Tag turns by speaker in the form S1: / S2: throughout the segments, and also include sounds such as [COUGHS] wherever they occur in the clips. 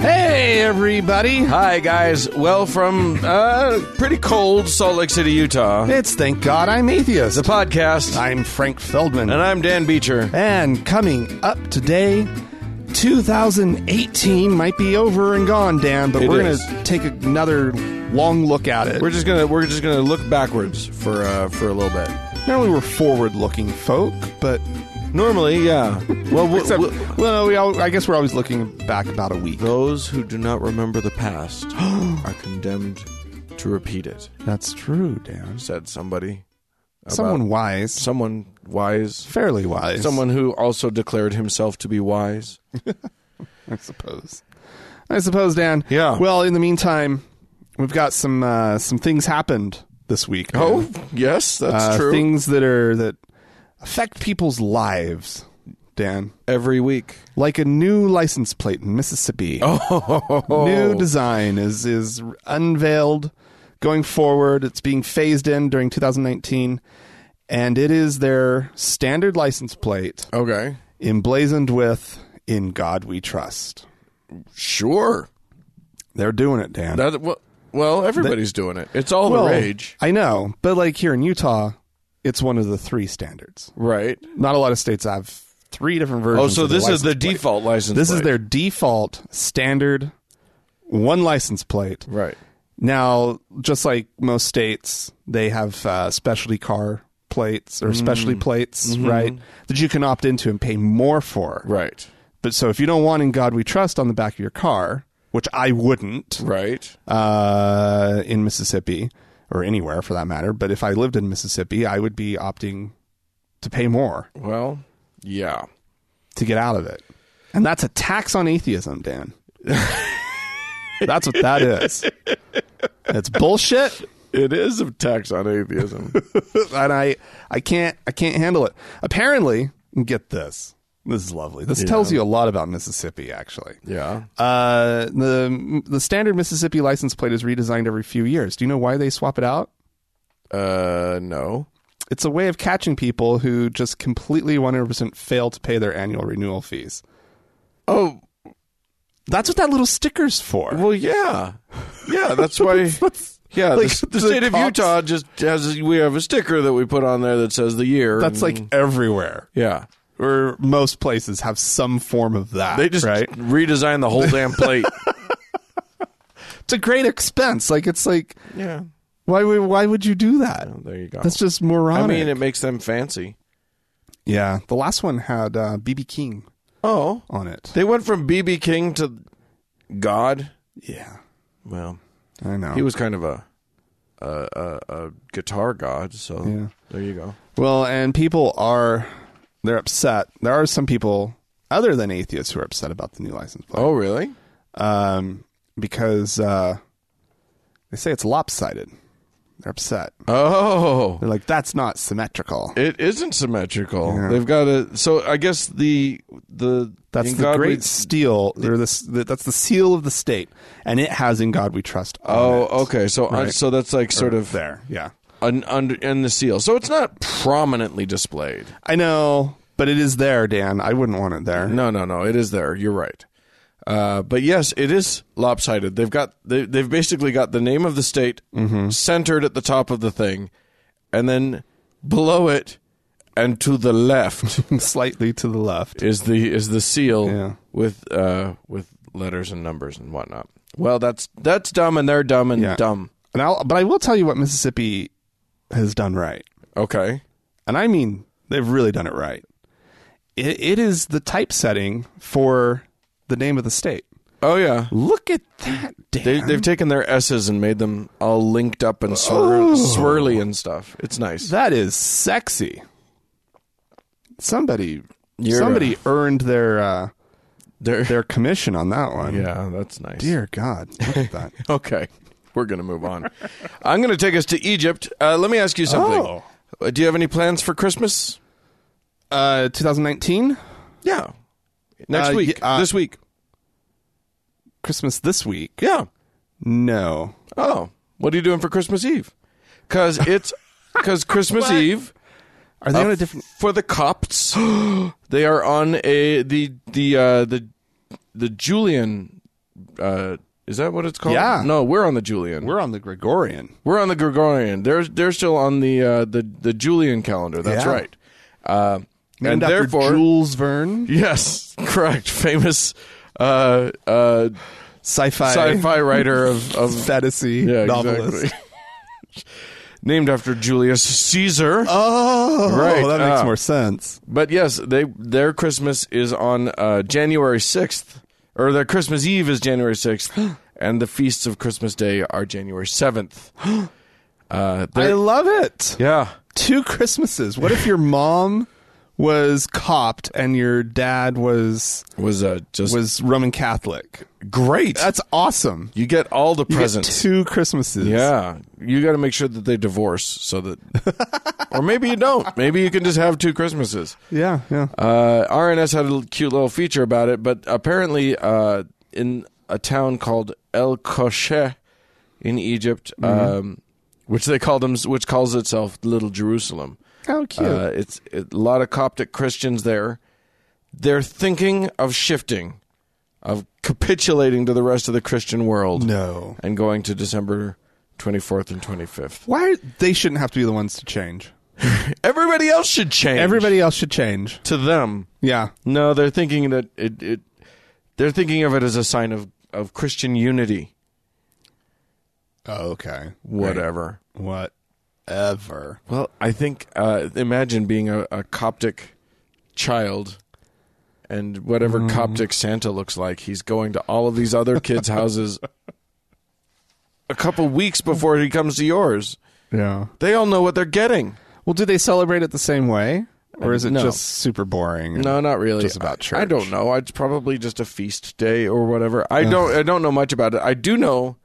S1: Hey, everybody.
S2: Hi, guys. Well, from uh, pretty cold Salt Lake City, Utah,
S1: It's Thank God I'm
S2: the
S1: Atheist.
S2: podcast.
S1: I'm Frank Feldman.
S2: and I'm Dan Beecher.
S1: And coming up today, 2018 might be over and gone, Dan, but
S2: It
S1: we're going
S2: is.
S1: to take another long look at it.
S2: We're just gonna we're just gonna look backwards for uh, for a little bit.
S1: Normally we're forward-looking folk, but
S2: Normally, yeah. Well, w-
S1: except,
S2: w-
S1: well, we all, I guess we're always looking back about a week.
S2: those who do not remember the past are condemned to repeat it,"
S1: That's true, Dan.
S2: said somebody. about-
S1: Someone wise,
S2: someone wise,
S1: fairly wise,
S2: someone who also declared himself to be wise.
S1: [LAUGHS] I suppose. I suppose, Dan.
S2: Yeah.
S1: Well, in the meantime, we've got some uh, some things happened this week. Dan.
S2: Oh, yes, that's
S1: Uh, Things that are that affect people's lives, Dan.
S2: Every week.
S1: Like a new license plate in Mississippi.
S2: Oh,
S1: New design is is unveiled going forward. It's being phased in during 2019 and it is their standard license plate
S2: okay,
S1: emblazoned with in God we trust.
S2: sure.
S1: They're doing it, Dan.
S2: That well, well everybody's doing it. It's all
S1: Well,
S2: the rage,
S1: Oh, I know, but like here in Utah, it's one of the three standards.
S2: right?
S1: Not a lot of states have three different versions.
S2: Oh, so
S1: of their
S2: this is the
S1: license plate.
S2: default license.
S1: This is
S2: plate.
S1: their default standard one license plate.
S2: right.
S1: Now, just like most states, they have uh, specialty car plates or specialty
S2: Mm.
S1: plates, right? That you can opt into and pay more for.
S2: Mm-hmm. Right.
S1: But so if you don't want "In God We Trust" on the back of your car, which I wouldn't,
S2: Right.
S1: uh, in Mississippi or anywhere for that matter. But if I lived in Mississippi, I would be opting to pay more
S2: Well, yeah.
S1: to get out of it. And that's a tax on atheism, Dan. that's what that is. It's bullshit,
S2: It is a tax on [LAUGHS] atheism.
S1: and I I can't I can't handle it. Apparently, get this. This is lovely. This tells you a lot about Mississippi, actually.
S2: yeah.
S1: Uh, the the standard Mississippi license plate is redesigned every few years. Do you know why they swap it out?
S2: Uh, no.
S1: It's a way of catching people who just completely 100% fail to pay their annual renewal fees.
S2: Oh,
S1: That's what that little sticker's for.
S2: well, yeah. [LAUGHS] Yeah,
S1: [LAUGHS]
S2: that's why. Yeah,
S1: like,
S2: the,
S1: the
S2: the state of
S1: cops-
S2: Utah just has we have a sticker that we put on there that says the year.
S1: That's
S2: and-
S1: like everywhere,
S2: yeah.
S1: or most places have some form of that.
S2: They just
S1: right?
S2: redesign the whole damn plate.
S1: It's a great expense. Like it's like
S2: [LAUGHS] yeah.
S1: why would why would you do that?
S2: Oh, There you go.
S1: That's just
S2: I
S1: moronic.
S2: mean, it makes them fancy.
S1: yeah, the last one had uh, BB King
S2: Oh,
S1: on it.
S2: they went from BB King to God.
S1: Yeah,
S2: Well,
S1: I know.
S2: he was kind of a a, a, a guitar god. So
S1: Yeah.
S2: there you go.
S1: Well, and people are they're upset. There are some people other than atheists who are upset about the new license plate.
S2: Oh, really?
S1: um, because uh, they say it's lopsided. They're upset.
S2: Oh,
S1: They're like, that's not symmetrical.
S2: it isn't symmetrical. They've got a. So I guess the the
S1: That's
S2: in
S1: the
S2: God we-
S1: great seal. Or this, that's the seal of the state, and it has "In God We Trust." on it.
S2: Oh, okay. So uh, so that's like sort of
S1: there. Yeah,
S2: an under in the seal. So it's not prominently displayed.
S1: I know, but it is there, Dan. I wouldn't want it there.
S2: No, no, no. It is there. You're right. Uh, but yes, it is lopsided. They've got they, they've basically got the name of the state
S1: Mm-hmm.
S2: centered at the top of the thing, and then below it and to the
S1: [LAUGHS]
S2: left
S1: [LAUGHS] Slightly to the left.
S2: is the is the seal
S1: Yeah.
S2: with uh, with letters and numbers and whatnot. Well, that's that's dumb, and they're dumb and
S1: Yeah.
S2: dumb.
S1: And I'll, but I will tell you what Mississippi has done right,
S2: Okay,
S1: and I mean they've really done it right. It, it is the typesetting for the name of the state.
S2: oh yeah.
S1: Look at that, Dan.
S2: They, they've taken their S's and made them all linked up and swir- swirly and stuff. It's nice.
S1: Oh. that is sexy. Somebody,
S2: You're-
S1: somebody earned their uh,
S2: They're- [LAUGHS]
S1: their commission on that one.
S2: yeah, that's nice.
S1: Dear God, look at
S2: [LAUGHS]
S1: that.
S2: Okay, we're going to move on. I'm going to take us to Egypt. Uh, let me ask you something.
S1: Oh.
S2: Uh, Do you have any plans for Christmas?
S1: Uh, 2019
S2: Yeah. Next
S1: Uh,
S2: week.
S1: y- uh,
S2: this week.
S1: Christmas this week.
S2: Yeah.
S1: No,
S2: Oh. What are you doing for Christmas Eve? Because
S1: [LAUGHS]
S2: it's because Christmas Eve
S1: are they on a different?
S2: for the Copts,
S1: [GASPS]
S2: they are on a the the uh, the the Julian Uh, is that what it's called?
S1: Yeah.
S2: No, we're on the Julian.
S1: We're on the Gregorian.
S2: We're on the Gregorian. They're they're still on the uh, the the Julian calendar. That's
S1: Yeah.
S2: right. Uh,
S1: Named
S2: and
S1: after
S2: therefore,
S1: Jules Verne,
S2: yes, [LAUGHS] correct. Famous uh, uh,
S1: sci-fi,
S2: sci-fi writer
S1: [LAUGHS]
S2: of of
S1: fantasy
S2: yeah,
S1: novelist.
S2: [LAUGHS] exactly. Named after Julius Caesar.
S1: Oh,
S2: Right,
S1: that makes
S2: ah.
S1: more sense.
S2: But yes, they their Christmas is on uh, January sixth, or their Christmas Eve is
S1: [GASPS]
S2: January sixth, and the feasts of Christmas Day are January seventh. [GASPS] Uh,
S1: I
S2: they're-
S1: love it.
S2: yeah,
S1: Two Christmases. What if your mom was copped and your dad was
S2: was uh, just
S1: was Roman Catholic?
S2: great.
S1: That's awesome.
S2: you get all the
S1: You get
S2: presents.
S1: two Christmases.
S2: yeah, you got to make sure that they divorce, so that, or maybe you don't. Maybe you can just have two Christmases.
S1: yeah, yeah.
S2: Uh, RNS had a little- cute little feature about it, but apparently, uh, in a town called El Kosheh in Egypt,
S1: Mm-hmm.
S2: um, which they called them, which calls itself Little Jerusalem,
S1: How cute.
S2: uh, it's it, a lot of Coptic Christians there. They're thinking of shifting, of capitulating to the rest of the Christian world,
S1: no.
S2: and going to December twenty fourth and twenty fifth.
S1: Why are, they shouldn't have to be the ones to change.
S2: Everybody else should change.
S1: Everybody else should change.
S2: to them.
S1: Yeah.
S2: No, they're thinking that it, it they're thinking of it as a sign of, of Christian unity.
S1: Oh, okay.
S2: Whatever.
S1: Right. Whatever.
S2: Well, I think uh, imagine being a, a Coptic child and whatever Coptic Santa looks like, he's going to all of these other kids' houses a couple weeks before he comes to yours.
S1: Yeah.
S2: They all know what they're getting.
S1: Well, do they celebrate it the same way? Or is it
S2: No.
S1: just super boring? and-
S2: No, not really.
S1: Just about
S2: I, I don't
S1: church.
S2: know. It's probably just a feast day or whatever. I don't. I don't know much about it. I do know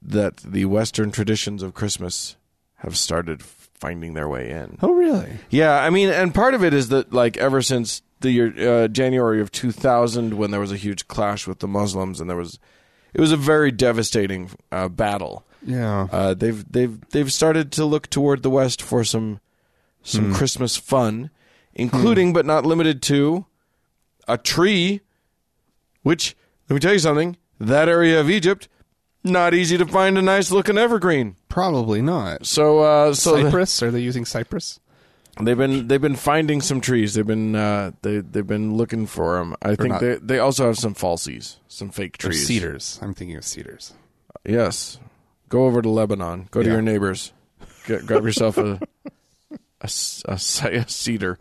S2: that the Western traditions of Christmas have started finding their way in.
S1: Oh, really?
S2: Yeah, I mean, and part of it is that like ever since the year uh, January of 2000, when there was a huge clash with the Muslims, and there was, it was a very devastating uh, battle.
S1: Yeah.
S2: Uh, they've they've they've started to look toward the west for some
S1: Hmm.
S2: some Christmas fun, including but not limited to a tree, which let me tell you something. That area of Egypt, not easy to find a nice looking evergreen.
S1: Probably not.
S2: So uh, so the-
S1: Cyprus? Are they using Cyprus?
S2: They've been they've been finding some trees. They've been uh, they they've been looking for them. I think
S1: not-
S2: they they also have some falsies, some fake
S1: Or
S2: trees,
S1: cedars. I'm thinking of cedars.
S2: Yes, go over to Lebanon. Go to
S1: Yeah.
S2: your neighbors. Get, grab yourself a a, c- a c- [LAUGHS] a cedar.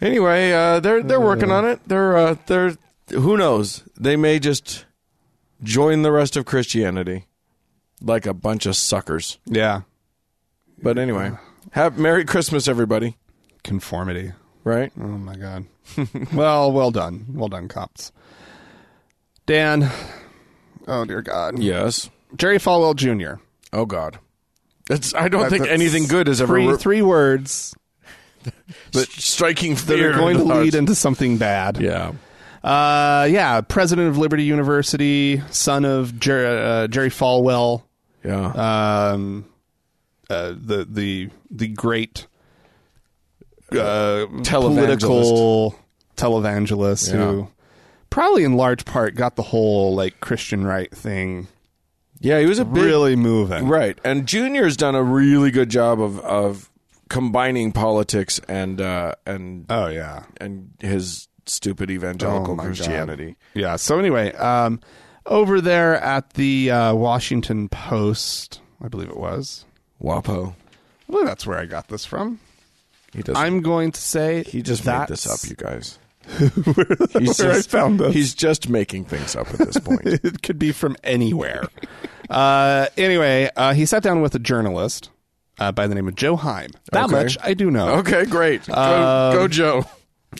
S2: anyway, uh, they're they're working on it. They're uh, they're who knows? They may just join the rest of Christianity, like a bunch of suckers.
S1: Yeah.
S2: But anyway, have Merry Christmas, everybody.
S1: Conformity.
S2: Right?
S1: Oh, my God. [LAUGHS] well, well done. Well done, cops. Dan. Oh, dear God.
S2: Yes.
S1: Jerry Falwell Jr.
S2: Oh God, it's. I don't
S1: That-
S2: think
S1: that's
S2: anything good is ever
S1: Three,
S2: re-
S1: three words
S2: s- striking
S1: that
S2: fear.
S1: are going to
S2: in the
S1: lead
S2: hearts.
S1: into something bad.
S2: yeah,
S1: Uh, yeah, president of Liberty University, son of Jer- uh, Jerry Falwell,
S2: yeah.
S1: um, uh, the the the great uh, political televangelist
S2: Yeah.
S1: who probably in large part got the whole like Christian right thing
S2: yeah, he was a big
S1: really moving.
S2: right, and Junior's done a really good job of of combining politics and uh, and
S1: Oh yeah,
S2: and his stupid evangelical
S1: Oh, my God.
S2: Christianity.
S1: yeah. So anyway, um, over there at the uh, Washington Post, I believe it was.
S2: Wapo.
S1: I believe that's where I got this from.
S2: He does.
S1: I'm going to say
S2: he just made
S1: that's
S2: this up, you [LAUGHS] guys. he's
S1: where I found this.
S2: He's just making things up at this point.
S1: [LAUGHS] it could be from anywhere. uh, anyway, uh, he sat down with a journalist uh, by the name of Joe Heim. That
S2: Okay.
S1: much I do know.
S2: [LAUGHS] okay, great. Go, go Joe.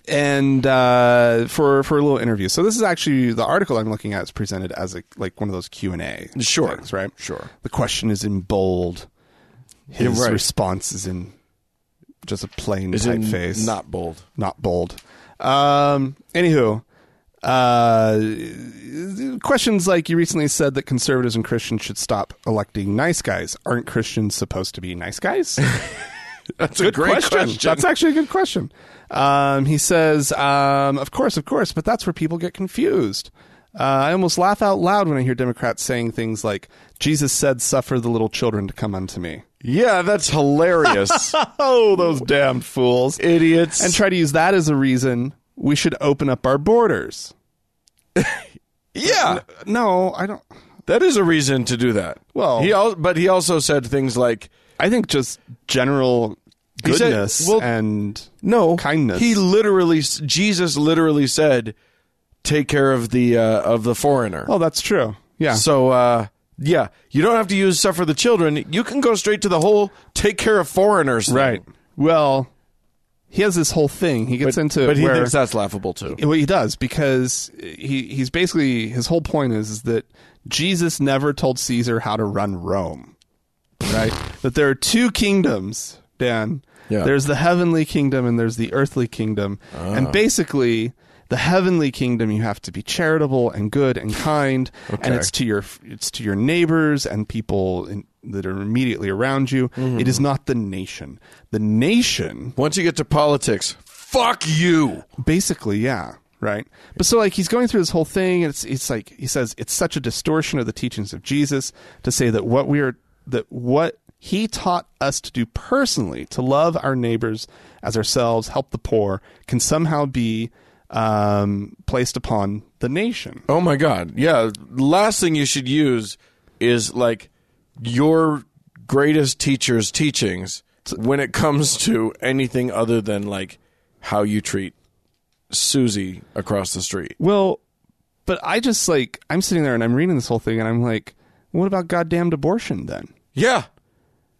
S1: And uh, for for a little interview. So this is actually the article I'm looking at is presented as a like one of those Q and A.
S2: Sure.
S1: things, right.
S2: Sure.
S1: The question is in bold. His
S2: Yeah, right.
S1: response is in just a plain
S2: Is it
S1: typeface,
S2: not bold?
S1: not bold. Um, anywho, uh, questions like you recently said that conservatives and Christians should stop electing nice guys. Aren't Christians supposed to be nice [LAUGHS] guys?
S2: That's a great question.
S1: That's actually a good question. Um, he says, um, of course, of course, but that's where people get confused. Uh, I almost laugh out loud when I hear Democrats saying things like, Jesus said, suffer the little children to come unto me.
S2: Yeah, that's [LAUGHS] hilarious.
S1: Oh, those damned fools.
S2: Idiots.
S1: And try to use that as a reason we should open up our borders.
S2: yeah,
S1: No, I don't.
S2: that is a reason to do that.
S1: Well-
S2: he al- but he also said things like
S1: I think just general
S2: He said-
S1: goodness
S2: well-
S1: and
S2: no
S1: Kindness.
S2: He literally Jesus literally said, "Take care of the uh, of the foreigner."
S1: oh, that's true. Yeah.
S2: So uh, yeah, you don't have to use suffer the children. You can go straight to the whole take care of foreigners. thing.
S1: Right. Well, he has this whole thing. He gets into
S2: But he
S1: where,
S2: thinks that's laughable too.
S1: well, he does because he he's basically his whole point is, is that Jesus never told Caesar how to run Rome. Right? that there are two kingdoms, Dan.
S2: Yeah.
S1: There's the heavenly kingdom and there's the earthly kingdom. And basically, the heavenly kingdom you have to be charitable and good and kind and it's to your it's to your neighbors and people in, that are immediately around you. It is not the nation. The nation
S2: Once you get to politics, fuck you.
S1: Basically, yeah. Right. But so like he's going through this whole thing and it's it's like he says it's such a distortion of the teachings of Jesus to say that what we are that what he taught us to do personally, to love our neighbors as ourselves, help the poor, can somehow be um, placed upon the nation.
S2: Oh my god. Yeah, last thing you should use is like your greatest teacher's teachings when it comes to anything other than like how you treat Susie across the street.
S1: Well, but I just like I'm sitting there and I'm reading this whole thing and I'm like, what about goddamned abortion then?
S2: Yeah.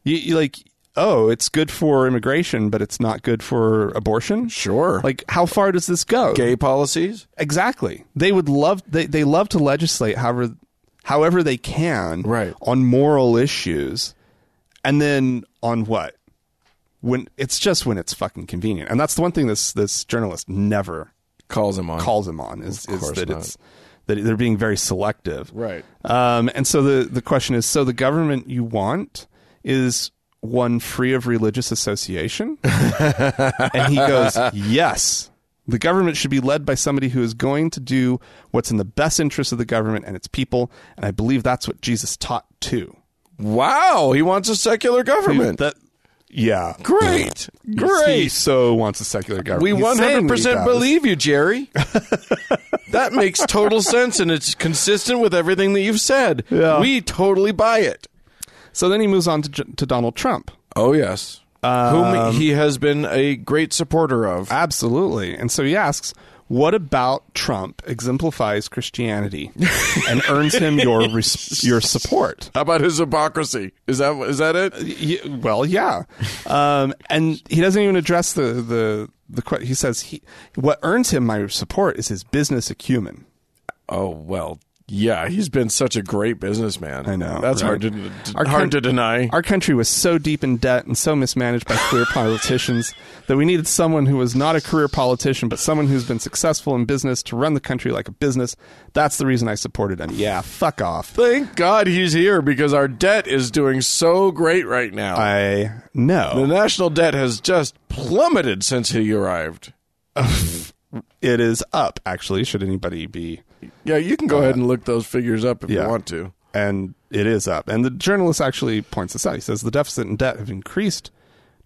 S1: You, you like, oh, it's good for immigration, but it's not good for abortion.
S2: Sure. Like
S1: Like, how far does this go?
S2: gay policies?
S1: Exactly. They would love they, they love to legislate however however they can
S2: Right.
S1: on moral issues, and then on what when it's just when it's fucking convenient, and that's the one thing this this journalist never
S2: Calls him on.
S1: calls him on is, is
S2: course
S1: that
S2: not.
S1: it's that they're being very selective.
S2: Right.
S1: Um, and so the, the question is so the government you want is one free of religious association? and he goes, yes. The government should be led by somebody who is going to do what's in the best interest of the government and its people. And I believe that's what Jesus taught too.
S2: Wow, he wants a secular government.
S1: That, yeah.
S2: Great.
S1: He
S2: Great.
S1: so wants a secular government.
S2: We
S1: He's saying he
S2: 100%
S1: does.
S2: believe you,
S1: [LAUGHS]
S2: Jerry. that makes total sense and it's consistent with everything that you've said.
S1: Yeah.
S2: We totally buy it.
S1: So then he moves on to, J- to Donald Trump.
S2: Oh, yes.
S1: Um,
S2: Whom he has been a great supporter of.
S1: Absolutely. And so he asks, what about Trump exemplifies [LAUGHS] Christianity and earns him your [LAUGHS] res- your support?
S2: How about his hypocrisy? Is that is that it?
S1: Y- well, yeah. Um, and he doesn't even address the the the que- he says he what earns him my support is his business acumen.
S2: Oh, well, yeah, he's been such a great businessman. I
S1: know,
S2: That's
S1: right?
S2: hard to d-
S1: Our
S2: hard
S1: coun-
S2: to deny.
S1: Our country was so deep in debt and so mismanaged by career politicians that we needed someone who was not a career politician, but someone who's been successful in business to run the country like a business. That's the reason I supported him. Yeah, fuck off.
S2: Thank God he's here because our debt is doing so great right now.
S1: I know.
S2: the national debt has just plummeted since he arrived.
S1: It is up, actually, should anybody be.
S2: Yeah, you can go ahead and look those figures up if
S1: yeah.
S2: you want to.
S1: And it is up. And the journalist actually points this out. He says the deficit and debt have increased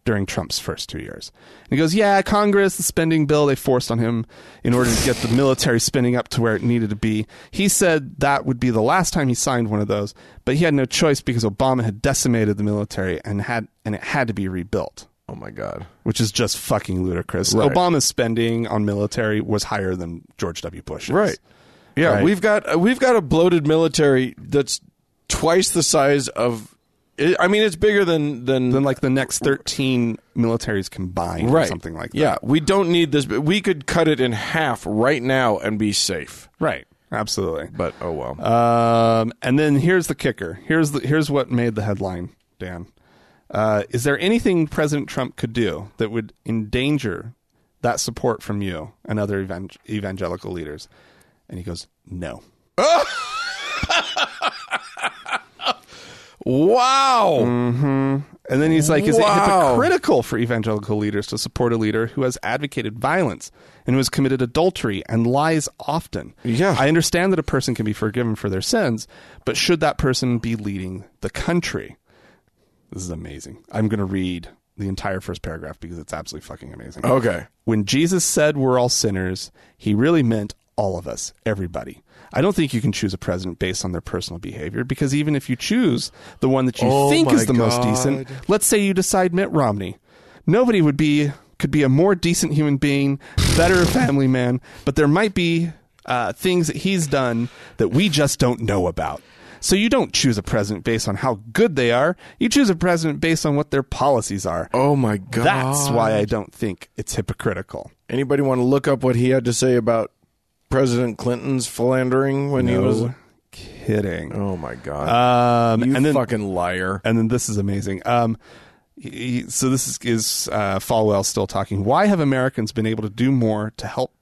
S1: during Trump's first two years. And he goes, Yeah, Congress, the spending bill they forced on him in order to get the military spending up to where it needed to be. He said that would be the last time he signed one of those, but he had no choice because Obama had decimated the military and had and it had to be rebuilt.
S2: Oh my god.
S1: Which is just fucking ludicrous. Obama's spending on military was higher than George W. Bush's.
S2: Right. Yeah,
S1: Right.
S2: we've got uh, we've got a bloated military that's twice the size of I I mean it's bigger than than,
S1: than like the next 13 militaries combined or
S2: right.
S1: something like that.
S2: Yeah, we don't need this but we could cut it in half right now and be safe.
S1: Right. Absolutely.
S2: But oh well.
S1: Um, and then here's the kicker. Here's the here's what made the headline, Dan. Uh, is there anything President Trump could do that would endanger that support from you and other evan- evangelical leaders? And he goes, "No."
S2: Mm. wow.
S1: And then he's like, is it
S2: Wow.
S1: hypocritical for evangelical leaders to support a leader who has advocated violence and who has committed adultery and lies often?
S2: Yeah.
S1: I understand that a person can be forgiven for their sins, but should that person be leading the country? This is amazing. I'm going to read the entire first paragraph because it's absolutely fucking amazing.
S2: Okay.
S1: When Jesus said we're all sinners, he really meant all of us, everybody. I don't think you can choose a president based on their personal behavior because even if you choose the one that you
S2: Oh
S1: think
S2: my
S1: is the most
S2: God.
S1: decent, let's say you decide Mitt Romney. Nobody would be could be a more decent human being, better [LAUGHS] family man, but there might be uh, things that he's done that we just don't know about. So you don't choose a president based on how good they are. You choose a president based on what their policies are.
S2: Oh my god.
S1: That's why I don't think it's hypocritical.
S2: Anybody want to look up what he had to say about President Clinton's philandering when he was?
S1: No kidding.
S2: Oh my god.
S1: Um,
S2: you
S1: and then
S2: fucking liar.
S1: and then this is amazing. Um, he- he- so this is, is uh, Falwell still talking. Why have Americans been able to do more to help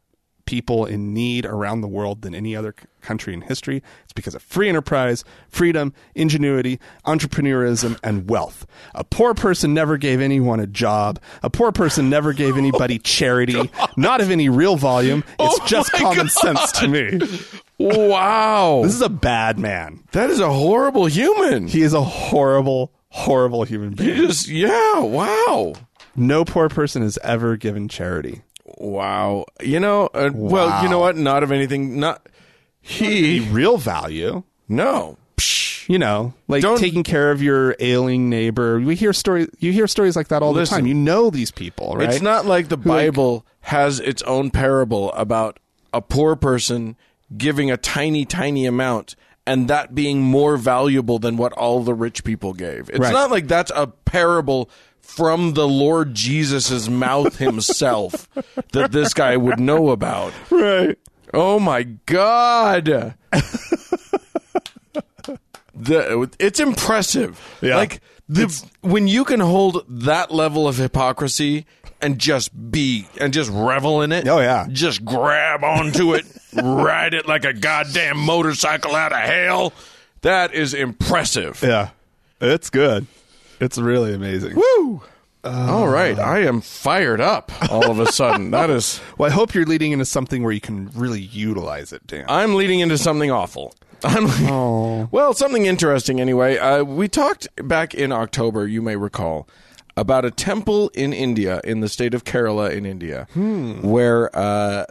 S1: people in need around the world than any other c- country in history? It's because of free enterprise, freedom, ingenuity, entrepreneurism, and wealth. A poor person never gave anyone a job. A poor person never gave anybody charity, not of any real volume. It's just common sense to me.
S2: [LAUGHS] Wow.
S1: This is a bad man.
S2: that is a horrible human.
S1: He is a horrible, horrible human being.
S2: just yeah, wow.
S1: No poor person has ever given charity.
S2: Wow. You know, uh, well, you know what? Not of anything not he
S1: Real value,
S2: no.
S1: you know, like
S2: Don't-
S1: taking care of your ailing neighbor. We hear stories. You hear stories like that all
S2: Listen.
S1: the time. You know these people, right?
S2: It's not like the Bible has its own parable about a poor person giving a tiny, tiny amount and that being more valuable than what all the rich people gave. It's
S1: Right.
S2: not like that's a parable from the Lord Jesus' mouth himself that this guy would know about.
S1: right.
S2: Oh my God. the, it's impressive.
S1: Yeah.
S2: Like the, when you can hold that level of hypocrisy and just be and just revel in it.
S1: Oh, yeah.
S2: Just grab onto
S1: [LAUGHS]
S2: it, ride it like a goddamn motorcycle out of hell. That is impressive.
S1: Yeah, it's good. It's really amazing.
S2: Woo! all right,
S1: Uh.
S2: I am fired up all of a sudden. that is
S1: Well, I hope you're leading into something where you can really utilize it, Dan.
S2: I'm leading into something awful. [LAUGHS] I'm
S1: Oh.
S2: well, something interesting anyway. Uh, we talked back in October, you may recall, about a temple in India, in the state of Kerala in India,
S1: Hmm.
S2: where uh,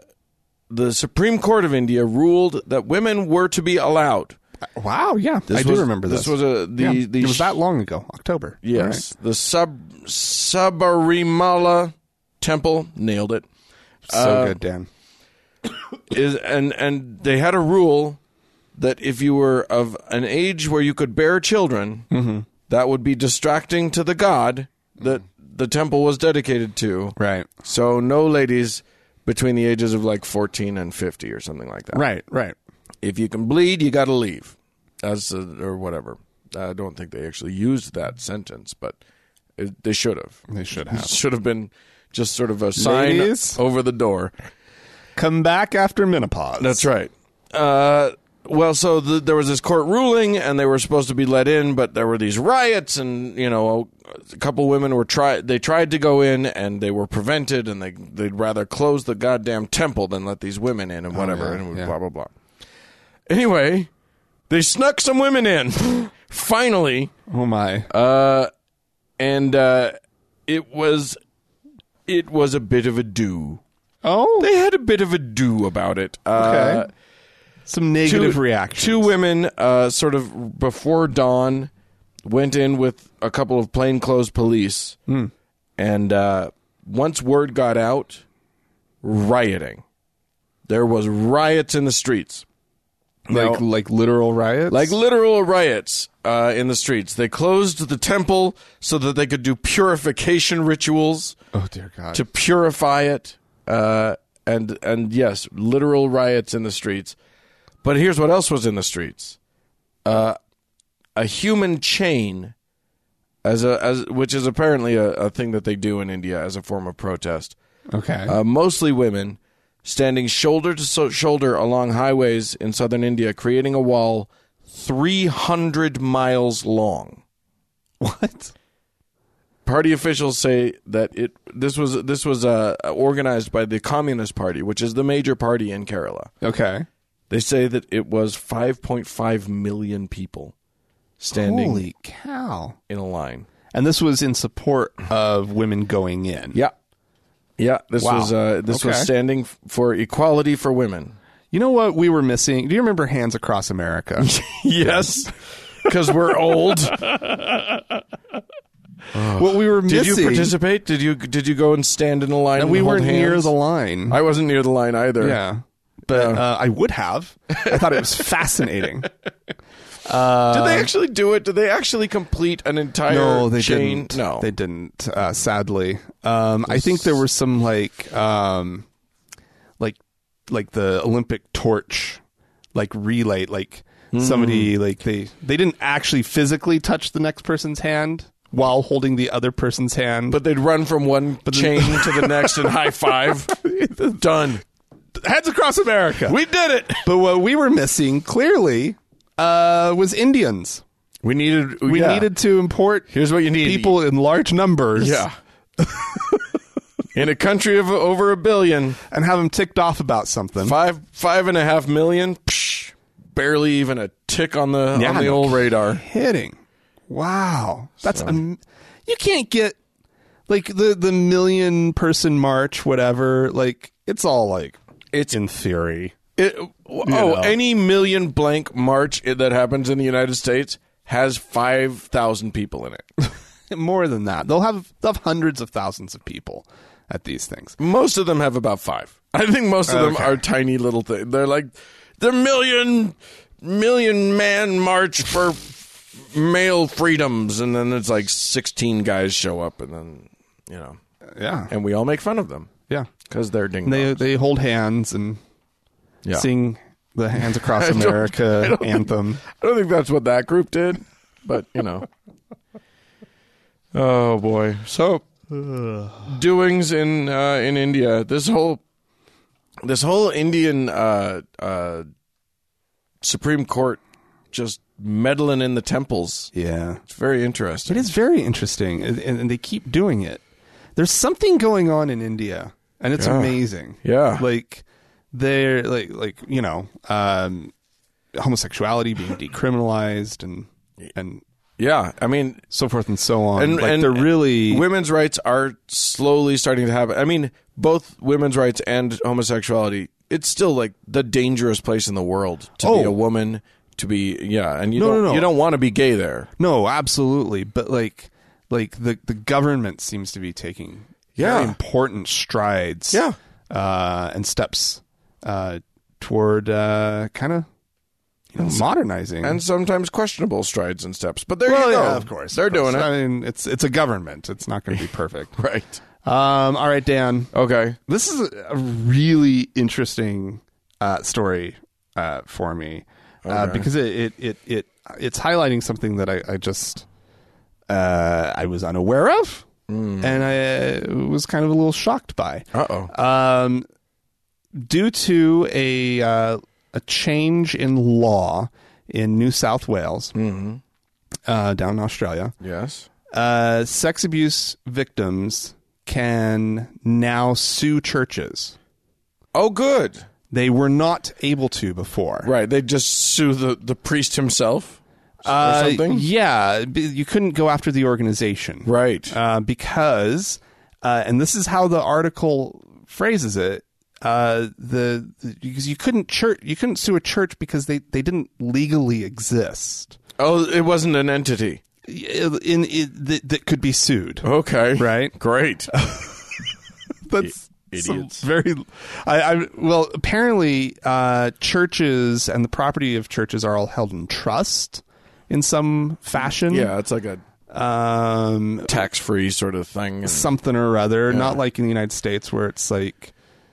S2: the Supreme Court of India ruled that women were to be allowed.
S1: wow. Yeah, I do
S2: was-
S1: remember this.
S2: this was a- the-
S1: Yeah,
S2: the
S1: it was
S2: sh-
S1: that long ago, October.
S2: Yes, the Sub Sabarimala temple nailed it.
S1: All right. so good, Dan.
S2: is and and they had a rule that if you were of an age where you could bear children,
S1: Mm-hmm.
S2: that would be distracting to the god that the temple was dedicated to.
S1: Right.
S2: So no ladies between the ages of like 14 and 50 or something like that.
S1: Right. Right.
S2: If you can bleed, you got to leave. As a, or whatever. I don't think they actually used that sentence, but it, they should have.
S1: They should have.
S2: Should have been just sort of a sign
S1: Ladies?
S2: over the door.
S1: Come back after menopause.
S2: That's right. Uh, well, so the, there was this court ruling, and they were supposed to be let in, but there were these riots, and you know, a, couple women were try they tried to go in, and they were prevented, and they they'd rather close the goddamn temple than let these women in, and whatever,
S1: Oh, yeah,
S2: and
S1: yeah.
S2: blah blah blah. Anyway, they snuck some women in, [LAUGHS] finally,
S1: Oh my.
S2: and uh, it was it was a bit of a do.
S1: oh.
S2: They had a bit of a do about it. Uh,
S1: Okay. Some negative reaction.
S2: Two women, uh, sort of before dawn, went in with a couple of plainclothes police, and uh, once word got out, rioting. There was riots in the streets,
S1: like
S2: Now-
S1: like literal riots.
S2: like literal riots uh, in the streets. They closed the temple so that they could do purification rituals
S1: oh dear God.
S2: to purify it, uh, and and yes, literal riots in the streets. But here's what else was in the streets: uh, a human chain, as a as which is apparently a, a thing that they do in India as a form of protest.
S1: okay.
S2: Uh, mostly women standing shoulder to so- shoulder along highways in southern India, creating a wall 300 miles long.
S1: what?
S2: party officials say that it this was this was uh, organized by the Communist Party, which is the major party in Kerala.
S1: Okay.
S2: They say that it was 5.5 million people standing
S1: Holy cow.
S2: in a line.
S1: And this was in support of women going in.
S2: Yeah, yeah. This
S1: Wow.
S2: was uh, this was
S1: Okay.
S2: standing f- for equality for women.
S1: You know what we were missing? Do you remember Hands Across
S2: [LAUGHS]
S1: America?
S2: [LAUGHS]
S1: [LAUGHS]
S2: Yes, because we're [LAUGHS] old.
S1: what we were
S2: Did
S1: missing.
S2: you participate? Did you did you go and stand in a line?
S1: We
S2: and
S1: were
S2: hold
S1: near
S2: hands?
S1: the line.
S2: I wasn't near the line either. [LAUGHS]
S1: yeah. But uh, I would have. I thought it was fascinating. Uh,
S2: Did they actually do it? Did they actually complete an entire
S1: no, they
S2: chain?
S1: didn't.
S2: No.
S1: they didn't. Uh, sadly, um, I think there were some like, um, like, like the Olympic torch, like relay, like somebody
S2: Hmm.
S1: like they they didn't actually physically touch the next person's hand while holding the other person's hand.
S2: but they'd run from one chain to the next and high [LAUGHS] five. Done.
S1: heads across America.
S2: We did it.
S1: but what we were missing clearly uh, was Indians.
S2: We needed.
S1: We needed to import
S2: Here's what you need.
S1: people in large numbers.
S2: Yeah. in a country of over a billion,
S1: and have them ticked off about something.
S2: five five and a half million, psh, barely even a tick on the
S1: Yeah,
S2: on the
S1: no
S2: old radar.
S1: hitting. Wow, that's am- you can't get like the the million person march, whatever. Like it's all like
S2: It's
S1: in theory.
S2: It, oh, any million blank march i- that happens in the United States has 5,000 people in it.
S1: More than that, they'll have they'll have hundreds of thousands of people at these things.
S2: most of them have about five. I think most of them
S1: Okay.
S2: are tiny little things. They're like the million, million man march for male freedoms. And then it's like 16 guys show up and then, you know,
S1: Yeah,
S2: and we all make fun of them
S1: yeah.
S2: because they're ding
S1: They they hold hands and
S2: Yeah.
S1: sing the Hands
S2: [LAUGHS]
S1: Across America anthem.
S2: I don't think that's what that group did, but you
S1: [LAUGHS]
S2: know. oh boy! So doings in uh, in India. This whole this whole Indian uh, uh, Supreme Court just meddling in the temples.
S1: Yeah,
S2: It's very interesting.
S1: it is very interesting, and, and they keep doing it. There's something going on in India, and it's
S2: Yeah.
S1: amazing.
S2: Yeah.
S1: like they're like like you know um homosexuality being decriminalized and and
S2: Yeah, I mean,
S1: so forth and so on
S2: And-
S1: like
S2: and-
S1: they're really
S2: women's rights are slowly starting to happen. I mean, both women's rights and homosexuality. It's still like the dangerous place in the world to be
S1: Oh.
S2: a woman. To be yeah, and you
S1: No,
S2: don't
S1: no, no.
S2: you don't want to be gay there.
S1: no absolutely but like like the the government seems to be taking
S2: Yeah.
S1: very important strides
S2: Yeah.
S1: uh and steps uh toward uh kind of you know, modernizing
S2: and sometimes questionable strides and steps. But there
S1: well,
S2: you go.
S1: yeah, of course
S2: they're
S1: of course.
S2: doing it
S1: I mean, it's it's a government. It's not going
S2: [LAUGHS]
S1: to be perfect.
S2: right.
S1: um, all right, Dan.
S2: Okay.
S1: This is a- a really interesting uh, story uh, for me uh, because it, it it it it's highlighting something that I, I just uh, I was unaware of,
S2: Mm.
S1: and I uh, was kind of a little shocked by.
S2: Uh oh.
S1: Um, due to a uh, a change in law in New South Wales,
S2: Mm-hmm.
S1: uh, down in Australia,
S2: Yes.
S1: uh, sex abuse victims can now sue churches.
S2: Oh, good.
S1: They were not able to before.
S2: Right. They just sue the the priest himself
S1: Uh,
S2: or something.
S1: yeah, b- you couldn't go after the organization.
S2: Right.
S1: Uh, because, uh, and this is how the article phrases it. Uh, the the- because you couldn't church you couldn't sue a church because they, they didn't legally exist
S2: oh, it wasn't an entity.
S1: in, in, that, that could be sued
S2: Okay.
S1: right
S2: Great.
S1: that's
S2: I-
S1: some
S2: idiots.
S1: Very, I, I well apparently uh, churches and the property of churches are all held in trust in some fashion.
S2: [LAUGHS] yeah, it's like a
S1: um,
S2: tax free sort of thing. and-
S1: something or other. Not like in the United States where it's like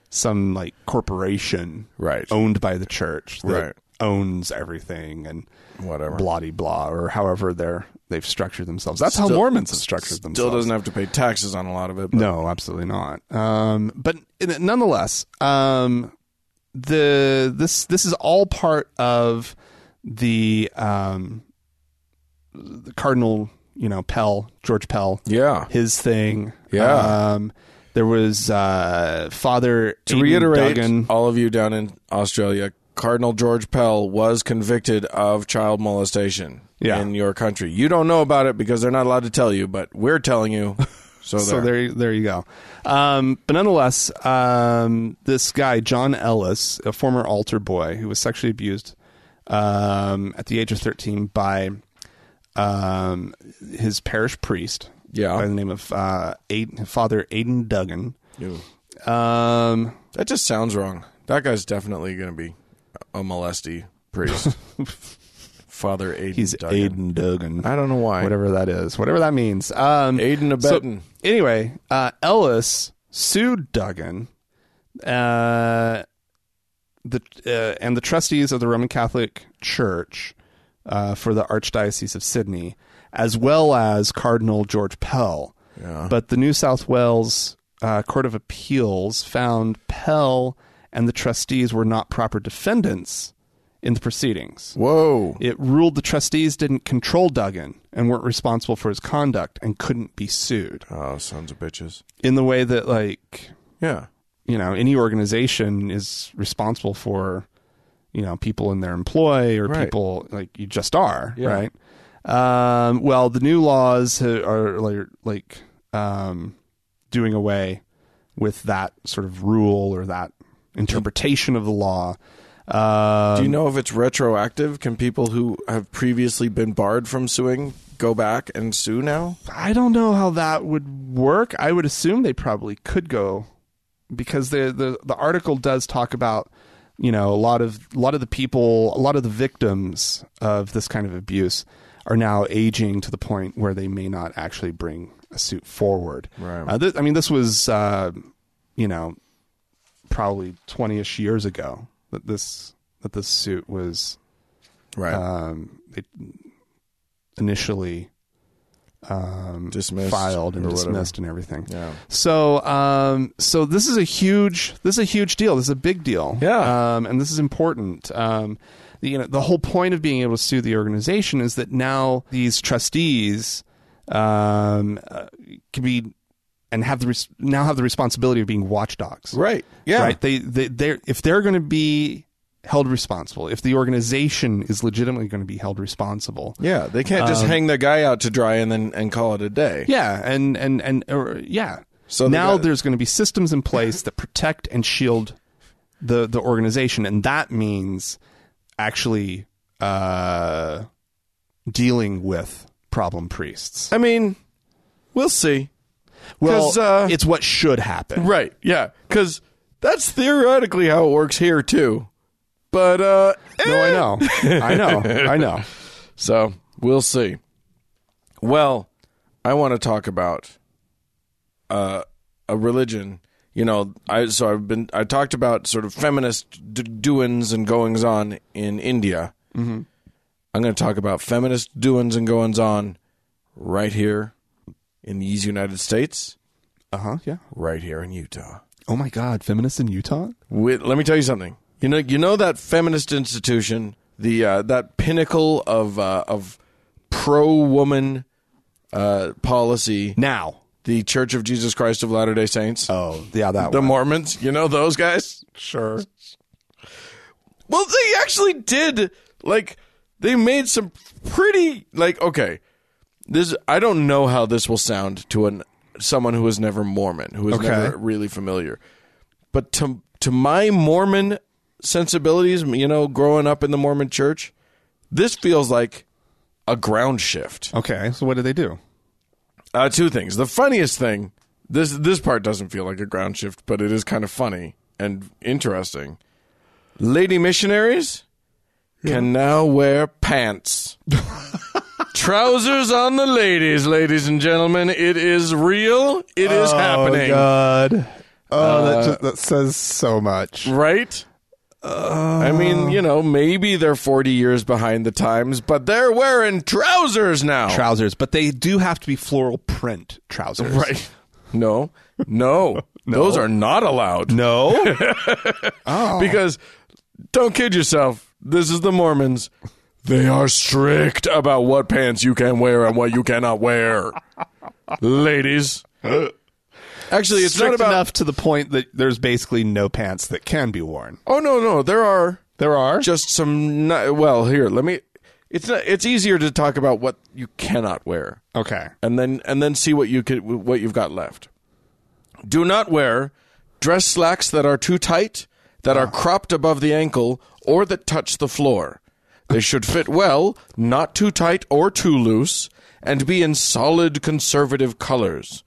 S1: some like corporation
S2: Right.
S1: owned by the church that
S2: Right.
S1: owns everything and
S2: Whatever.
S1: blah de blah or however they're they've structured themselves. That's how
S2: Still-
S1: Mormons have structured themselves.
S2: Still doesn't have to pay taxes on a lot of it. but-
S1: No, absolutely not. Um, but in- nonetheless, um, the this this is all part of the um, the cardinal you know Pell, George Pell,
S2: Yeah.
S1: his thing.
S2: Yeah.
S1: Um, there was uh, Father
S2: To reiterate,
S1: Duggan.
S2: all of you down in Australia, Cardinal George Pell was convicted of child molestation
S1: Yeah.
S2: in your country. You don't know about it because they're not allowed to tell you, but we're telling [LAUGHS] you. So,
S1: So there, there you go. Um, but nonetheless, um, this guy John Ellis, a former altar boy who was sexually abused um, at the age of thirteen by um, his parish priest,
S2: Yeah.
S1: by the name of uh, Aiden, Father Aiden Duggan.
S2: Ew.
S1: Um,
S2: That just sounds wrong. That guy's definitely going to be a molesty
S1: [LAUGHS]
S2: priest. Father Aiden.
S1: he's
S2: Duggan.
S1: Aiden Duggan.
S2: I don't know why.
S1: whatever that is, whatever that means. Um,
S2: Aiden Abedin.
S1: anyway, uh, Ellis sued Duggan, uh, the uh, and the trustees of the Roman Catholic Church uh, for the Archdiocese of Sydney, as well as Cardinal George Pell.
S2: Yeah.
S1: But the New South Wales uh, Court of Appeals found Pell and the trustees were not proper defendants in the proceedings.
S2: Whoa.
S1: It ruled the trustees didn't control Duggan and weren't responsible for his conduct and couldn't be sued
S2: Oh, sons of bitches.
S1: in the way that, like,
S2: Yeah.
S1: you know, any organization is responsible for, you know, people in their employ or
S2: Right.
S1: people like you just are,
S2: Yeah.
S1: right? Um, well, the new laws ha- are like, like um, doing away with that sort of rule or that interpretation of the law. Um,
S2: Mm-hmm. Do you know if it's retroactive? Can people who have previously been barred from suing go back and sue now?
S1: I don't know how that would work. I would assume they probably could go because the the, the article does talk about you know a lot of a lot of the people, a lot of the victims of this kind of abuse are now aging to the point where they may not actually bring a suit forward.
S2: Right.
S1: Uh, this, I mean, this was uh, you know probably twenty ish years ago that this that this suit was
S2: Right.
S1: um, they initially um,
S2: Dismissed
S1: filed and
S2: or whatever.
S1: dismissed and everything.
S2: yeah.
S1: So, um, so this is a huge, this is a huge deal. This is a big deal.
S2: Yeah.
S1: um, and this is important. Um, the- you know, the whole point of being able to sue the organization is that now these trustees um, uh, can be and have the res- now have the responsibility of being watchdogs.
S2: Right. Yeah.
S1: Right. They they they if they're going to be held responsible, if the organization is legitimately going to be held responsible.
S2: Yeah. They can't
S1: Um,
S2: just hang the guy out to dry and then and call it a day.
S1: Yeah, and and and or, yeah.
S2: So
S1: So
S2: they
S1: now
S2: got-
S1: there's going to be systems in place that protect and shield the the organization, and that means actually uh, dealing with problem priests.
S2: I mean, we'll see.
S1: Well,
S2: 'Cause, uh,
S1: it's what should happen.
S2: Right. Yeah. Because that's theoretically how it works here too. But uh, eh.
S1: No, I know, I know, I [LAUGHS] know.
S2: so we'll see. Well, I want to talk about uh, a religion. You know, I so I've been I talked about sort of feminist d- doings and goings on in India. Mm-hmm. I'm going to talk about feminist doings and goings on right here in these United States,
S1: Uh huh. Yeah.
S2: right here in Utah.
S1: Oh my God, feminists in Utah.
S2: Wait, let me tell you something. You know, you know that feminist institution, the uh, that pinnacle of uh, of pro woman uh, policy,
S1: Now.
S2: the Church of Jesus Christ of Latter Day Saints,
S1: Oh, yeah, that
S2: the
S1: one.
S2: Mormons. You know those guys.
S1: Sure.
S2: Well, they actually did. Like, they made some pretty like okay. This I don't know how this will sound to an someone who is never Mormon, who is
S1: Okay.
S2: never really familiar. But to to my Mormon sensibilities, you know, growing up in the Mormon church, this feels like a ground shift.
S1: Okay, so what did they do?
S2: Uh, two things. The funniest thing this this part doesn't feel like a ground shift, but it is kind of funny and interesting. Lady missionaries can now
S1: [LAUGHS]
S2: wear pants. Trousers on the ladies, ladies and gentlemen. It is real. It is happening.
S1: Oh, God. Oh, that, just, that says so much.
S2: Right? I mean, you know, maybe they're 40 years behind the times, but they're wearing trousers now.
S1: Trousers, but they do have to be floral print trousers.
S2: right. No.
S1: [LAUGHS]
S2: No. Those are not allowed.
S1: No. [LAUGHS]
S2: Oh. because don't kid yourself. This is the Mormons. They are strict about what pants you can wear and what you cannot [LAUGHS] wear. Ladies. Actually, it's
S1: Strict
S2: not about.
S1: enough to the point that there's basically no pants that can be worn.
S2: Oh, no, no. There are
S1: There are.
S2: just some. Ni- well, here, let me. It's not, it's easier to talk about what you cannot wear.
S1: okay.
S2: and then and then see what you could what you've got left. Do not wear dress slacks that are too tight, that are cropped above the ankle, or that touch the floor. They should fit well, not too tight or too loose, and be in solid conservative colors.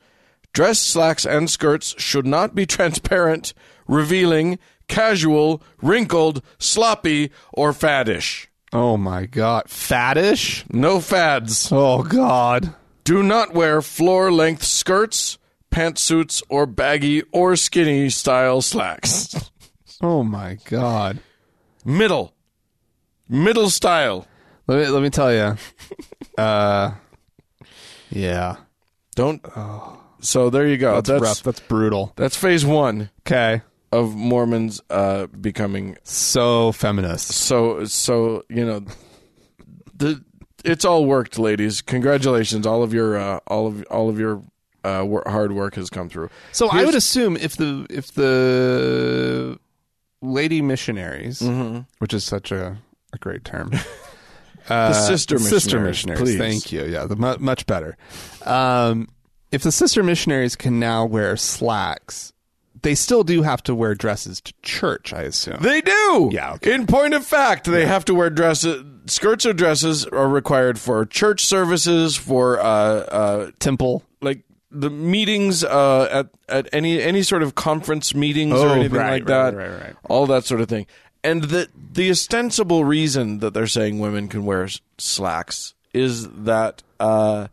S2: Dress slacks and skirts should not be [LAUGHS] transparent, revealing, casual, wrinkled, sloppy, or faddish.
S1: Oh my god. Faddish?
S2: No fads.
S1: Oh god.
S2: Do not wear floor length skirts, pantsuits, or baggy or skinny style slacks.
S1: [LAUGHS] Oh my god.
S2: Middle. Middle style.
S1: Let me let me tell [LAUGHS] you. Uh Yeah.
S2: Don't.
S1: Oh.
S2: So there you go.
S1: That's
S2: That's that's,
S1: rough. That's brutal.
S2: phase one
S1: Okay.
S2: of Mormons uh, becoming
S1: So feminist.
S2: so so. You know, the it's all worked, ladies. Congratulations, all of your uh, all of all of your uh, wor- hard work has come through.
S1: So I would assume if the if the lady missionaries, which is such a, a great term, uh,
S2: sister
S1: sister missionaries.
S2: missionaries, please.
S1: Thank you. Yeah, the mu- much better. Um, if the sister missionaries can now wear slacks, they still do have to wear dresses to church. I assume.
S2: They do.
S1: Yeah,
S2: In point of fact, they have to wear dresses. Skirts or dresses are required for church services, for uh, uh,
S1: Temple.
S2: like the meetings uh, at at any any sort of conference meetings or
S1: Oh,
S2: anything
S1: right,
S2: like
S1: right,
S2: that.
S1: right, right.
S2: All that sort of thing. And the the ostensible reason that they're saying women can wear s- slacks is that uh,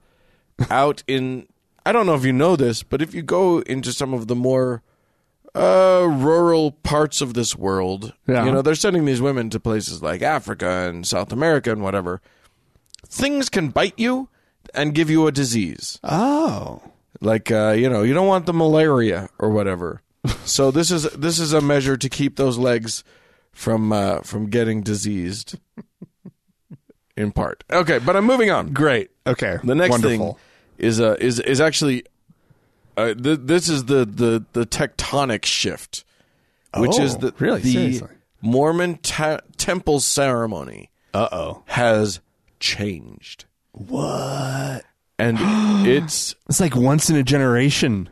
S2: out in I don't know if you know this, but if you go into some of the more uh, rural parts of this world,
S1: Yeah.
S2: you know they're sending these women to places like Africa and South America and whatever. Things can bite you and give you a disease
S1: Oh.
S2: like uh, you know you don't want the malaria or [LAUGHS] whatever so this is this is a measure to keep those legs from uh, from getting [LAUGHS] diseased in part okay but i'm moving on
S1: Great. Okay.
S2: the next
S1: Wonderful.
S2: thing is uh, is is actually uh, th- this is the, the the tectonic shift which
S1: Oh,
S2: is the
S1: really?
S2: the
S1: Seriously?
S2: mormon ta- temple ceremony
S1: Uh oh.
S2: has changed
S1: What?
S2: [GASPS] and it's
S1: It's like once in a generation.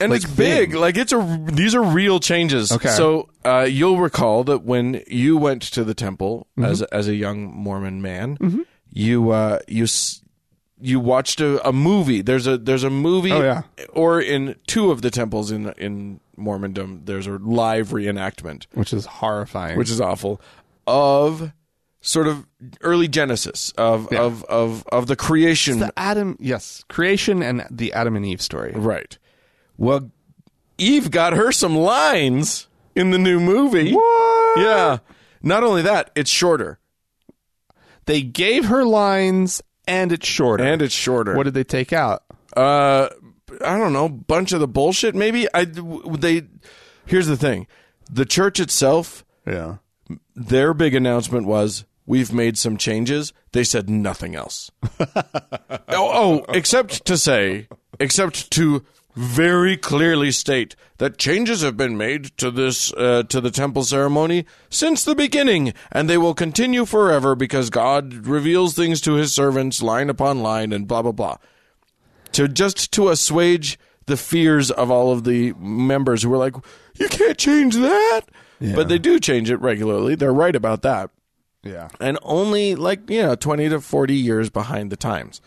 S2: and
S1: like,
S2: it's big.
S1: thing.
S2: Like it's a these are real changes.
S1: Okay.
S2: So uh, you'll recall that when you went to the temple
S1: Mm-hmm.
S2: as as a young Mormon man, you uh, you s- you watched a, a movie. There's a there's a movie.
S1: Oh, yeah.
S2: Or in two of the temples in in Mormondom, there's a live reenactment,
S1: Which is horrifying.
S2: which is awful, of sort of early Genesis of of of of the creation
S1: the Adam, yes, creation and the Adam and Eve story.
S2: Right. Well, Eve got her some lines in the new movie.
S1: What?
S2: Yeah. Not only that, it's shorter.
S1: They gave her lines and it's shorter.
S2: And it's shorter.
S1: what did they take out?
S2: uh I don't know, bunch of the bullshit maybe. I w- they Here's the thing. The church itself,
S1: Yeah.
S2: their big announcement was we've made some changes. They said nothing else. oh, oh, except to say, except to very clearly state that changes have been made to this uh, to the temple ceremony since the beginning, and they will continue forever because God reveals things to His servants line upon line, and blah blah blah. To just to assuage the fears of all of the members who were like, "You can't change that," but they do change it regularly. They're right about that
S1: Yeah.
S2: and only like you know 20 to 40 years behind the times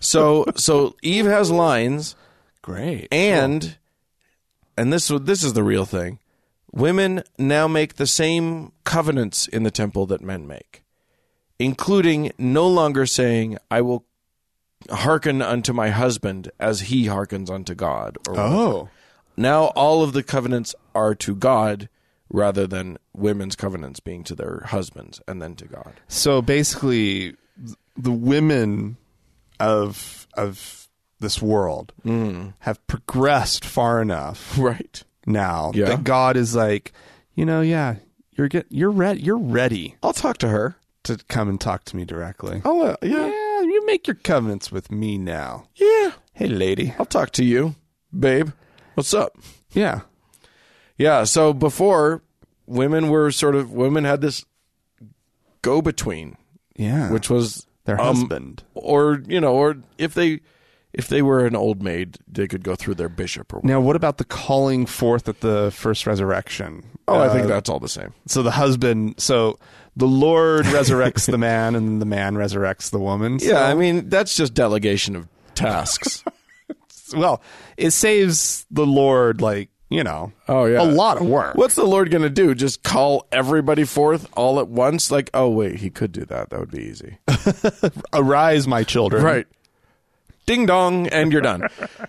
S2: so so eve has lines
S1: Great.
S2: and and this this is the real thing women now make the same covenants in the temple that men make including no longer saying i will hearken unto my husband as he hearkens unto god or
S1: oh.
S2: now all of the covenants are to god rather than women's covenants being to their husbands and then to god
S1: So basically, th- the women of of this world have progressed far enough
S2: right
S1: now
S2: Yeah.
S1: that God is like, you know, yeah, you're get you're re- you're ready.
S2: I'll talk to her.
S1: to come and talk to me directly.
S2: Oh, uh, yeah.
S1: Yeah, you make your covenants with me now.
S2: Yeah.
S1: Hey, lady.
S2: I'll talk to you, babe. What's up?
S1: Yeah.
S2: Yeah. So before, women were sort of, women had this go between,
S1: Yeah.
S2: which was
S1: their
S2: um,
S1: husband.
S2: Or, you know, or if they, if they were an old maid, they could go through their bishop or
S1: Now, what about the calling forth at the first resurrection?
S2: Oh, I
S1: Uh,
S2: think that's all the same.
S1: so the husband so the
S2: [LAUGHS]
S1: lord resurrects the man and the man resurrects the woman So-
S2: Yeah, I mean that's just delegation of tasks. [LAUGHS]
S1: well it saves the lord like you know
S2: Oh, yeah.
S1: a lot of work
S2: What's the Lord going to do? Just call everybody forth all at once? Like, oh wait, he could do that. That would be easy.
S1: arise my children
S2: right. Ding dong, and
S1: [LAUGHS]
S2: you're done.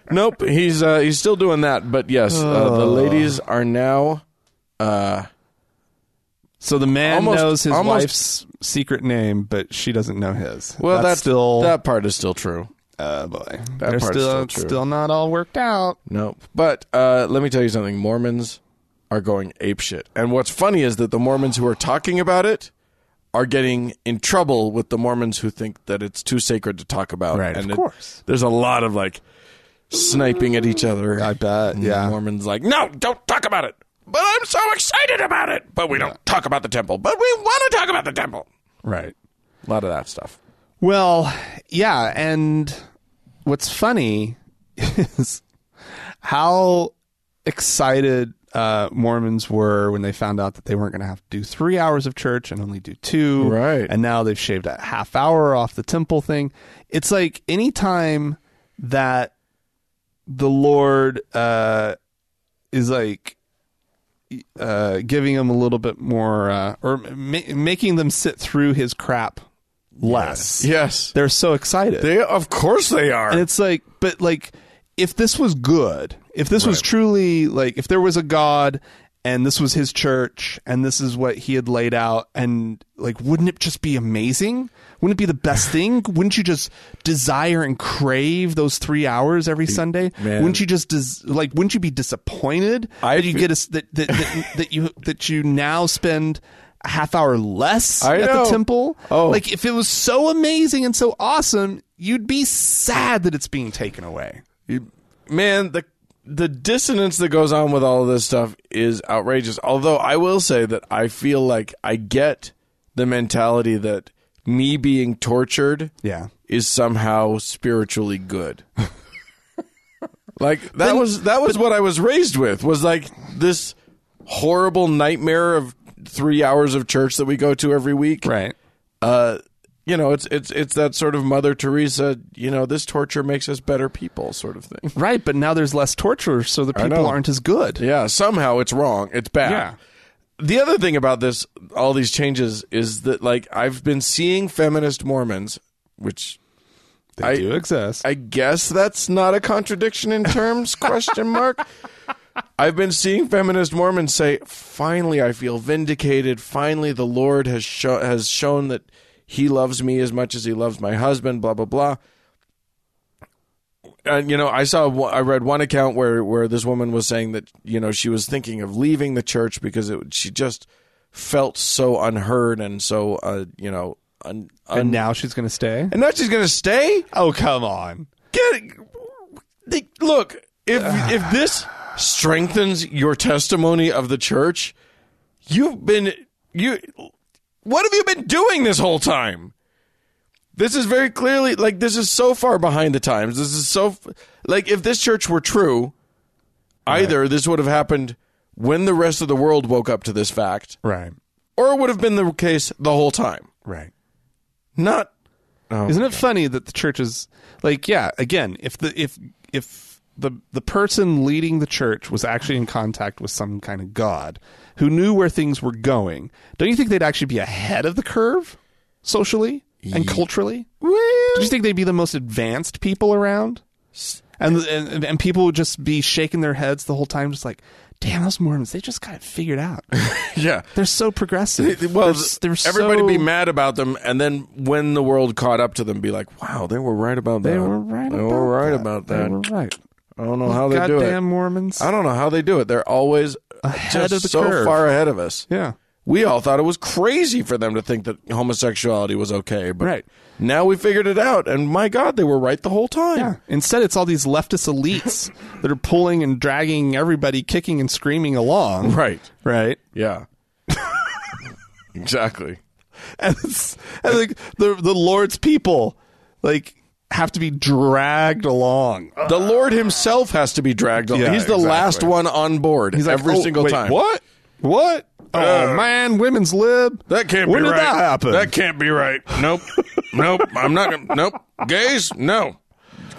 S2: nope, he's uh, he's still doing that. But yes, uh, the ladies are now. Uh,
S1: so the man
S2: Almost-
S1: knows his
S2: almost-
S1: wife's secret name but she doesn't know his
S2: well, that's,
S1: still
S2: that part is still true.
S1: oh boy
S2: that
S1: they're
S2: part's
S1: still
S2: still true.
S1: still not all worked out
S2: Nope. But uh, let me tell you something. Mormons are going apeshit. And what's funny is that the Mormons who are talking about it are getting in trouble with the Mormons who think that it's too sacred to talk about.
S1: Right,
S2: and
S1: of course.
S2: There's a lot of like sniping at each other.
S1: i bet
S2: And
S1: yeah
S2: Mormons like, no, don't talk about it. But I'm so excited about it. But we don't talk about the temple. But we want to talk about the temple.
S1: right
S2: A lot of that stuff.
S1: Well, yeah, and what's funny is how excited uh, Mormons were when they found out that they weren't going to have to do three hours of church and only do two.
S2: Right.
S1: And now they've shaved a half hour off the temple thing. It's like any time that the Lord uh, is like uh, giving them a little bit more, uh, or ma- making them sit through his crap less.
S2: Yes.
S1: They're so excited.
S2: They, of course they are.
S1: and it's like, but like, if this was good, if this was truly like, if there was a God and this was his church and this is what he had laid out, and like, wouldn't it just be amazing? Wouldn't it be the best
S2: [LAUGHS]
S1: thing? Wouldn't you just desire and crave those three hours every Sunday?
S2: Man.
S1: Wouldn't you just des- like? Wouldn't you be disappointed
S2: I
S1: that you
S2: fe-
S1: get us that that, that that you that you now spend a half hour less
S2: I
S1: at
S2: know.
S1: the temple?
S2: Oh.
S1: like if it was so amazing and so awesome, you'd be sad that it's being taken away.
S2: You- man the the dissonance that goes on with all of this stuff is outrageous although i will say that i feel like i get the mentality that me being tortured
S1: Yeah.
S2: is somehow spiritually good [LAUGHS] like that was that was what i was raised with was like this horrible nightmare of 3 hours of church that we go to every week
S1: Right.
S2: uh you know it's it's it's that sort of mother teresa you know this torture makes us better people sort of thing
S1: Right, but now there's less torture, so the people
S2: know.
S1: aren't as good.
S2: Yeah, somehow it's wrong. It's bad.
S1: Yeah.
S2: The other thing about this, all these changes, is that like I've been seeing feminist Mormons, which
S1: They
S2: I-
S1: do exist.
S2: I guess that's not a contradiction in terms? [LAUGHS] question mark. I've been seeing feminist Mormons say, "Finally, I feel vindicated. Finally, the Lord has show- has shown that He loves me as much as He loves my husband." Blah blah blah. And you know, I saw I read one account where where this woman was saying that you know she was thinking of leaving the church because it she just felt so unheard and so uh you know un, un-
S1: and now she's going to stay?
S2: and now she's gonna stay
S1: Oh, come on.
S2: get they, look if if this strengthens your testimony of the church you've been you what have you been doing this whole time this is very clearly like this is so far behind the times this is so f- like if this church were true either this would have happened when the rest of the world woke up to this fact
S1: Right.
S2: or it would have been the case the whole time
S1: Right.
S2: not oh,
S1: Isn't it funny that the church is like, yeah, again, if the if if the the person leading the church was actually in contact with some kind of god who knew where things were going, don't you think they'd actually be ahead of the curve socially and culturally? Do you think they'd be the most advanced people around? And, and and people would just be shaking their heads the whole time, just like, damn, those Mormons, they just got it figured out.
S2: [LAUGHS] yeah
S1: They're
S2: [LAUGHS]
S1: so progressive.
S2: well,
S1: They're s- they're
S2: everybody
S1: so-
S2: be mad about them, and then when the world caught up to them, be like, "Wow, they were right about that.
S1: They were right.
S2: They
S1: about
S2: were right
S1: that.
S2: about
S1: They
S2: that.
S1: were right.
S2: I don't know how they do
S1: Goddamn
S2: it.
S1: Mormons.
S2: I don't know how they do it. They're always
S1: Ahead
S2: just
S1: of the
S2: so
S1: curve.
S2: far ahead of us.
S1: Yeah.
S2: We all thought it was crazy for them to think that homosexuality was okay, but
S1: Right.
S2: now we figured it out, and my God, they were right the whole time.
S1: Yeah. Instead, it's all these leftist [LAUGHS] elites that are pulling and dragging everybody, kicking and screaming along.
S2: Right.
S1: Right.
S2: Yeah. [LAUGHS] exactly.
S1: And, it's, and like the the Lord's people, like have to be dragged along.
S2: The Lord Himself has to be dragged. along.
S1: Yeah,
S2: He's the
S1: exactly.
S2: last one on board
S1: He's like,
S2: every
S1: "Oh,
S2: single
S1: wait,
S2: time.
S1: What? What? oh man, women's lib.
S2: That can't
S1: when
S2: be
S1: did
S2: right.
S1: that happen?
S2: That can't be right. Nope. nope. I'm not gonna nope. Gays? No.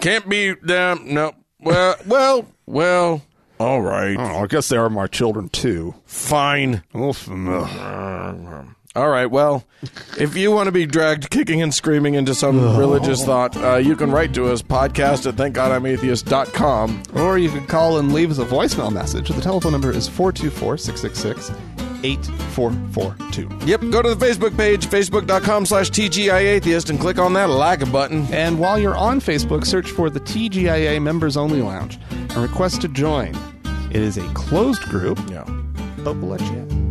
S2: Can't be them. Nope. Well well well all right.
S1: oh, I guess they are my children too.
S2: Fine.
S1: Oof, ugh.
S2: All right. Well, if you want to be dragged kicking and screaming into some religious thought, uh, you can write to us podcast at thankgodimatheist.com.
S1: Or you can call and leave us a voicemail message. The telephone number is 424 666 8442.
S2: Yep, go to the Facebook page, facebook.com slash TGIAtheist, and click on that like button.
S1: And while you're on Facebook, search for the TGIA Members Only Lounge and request to join. It is a closed group,
S2: Yeah.
S1: but we'll let you in.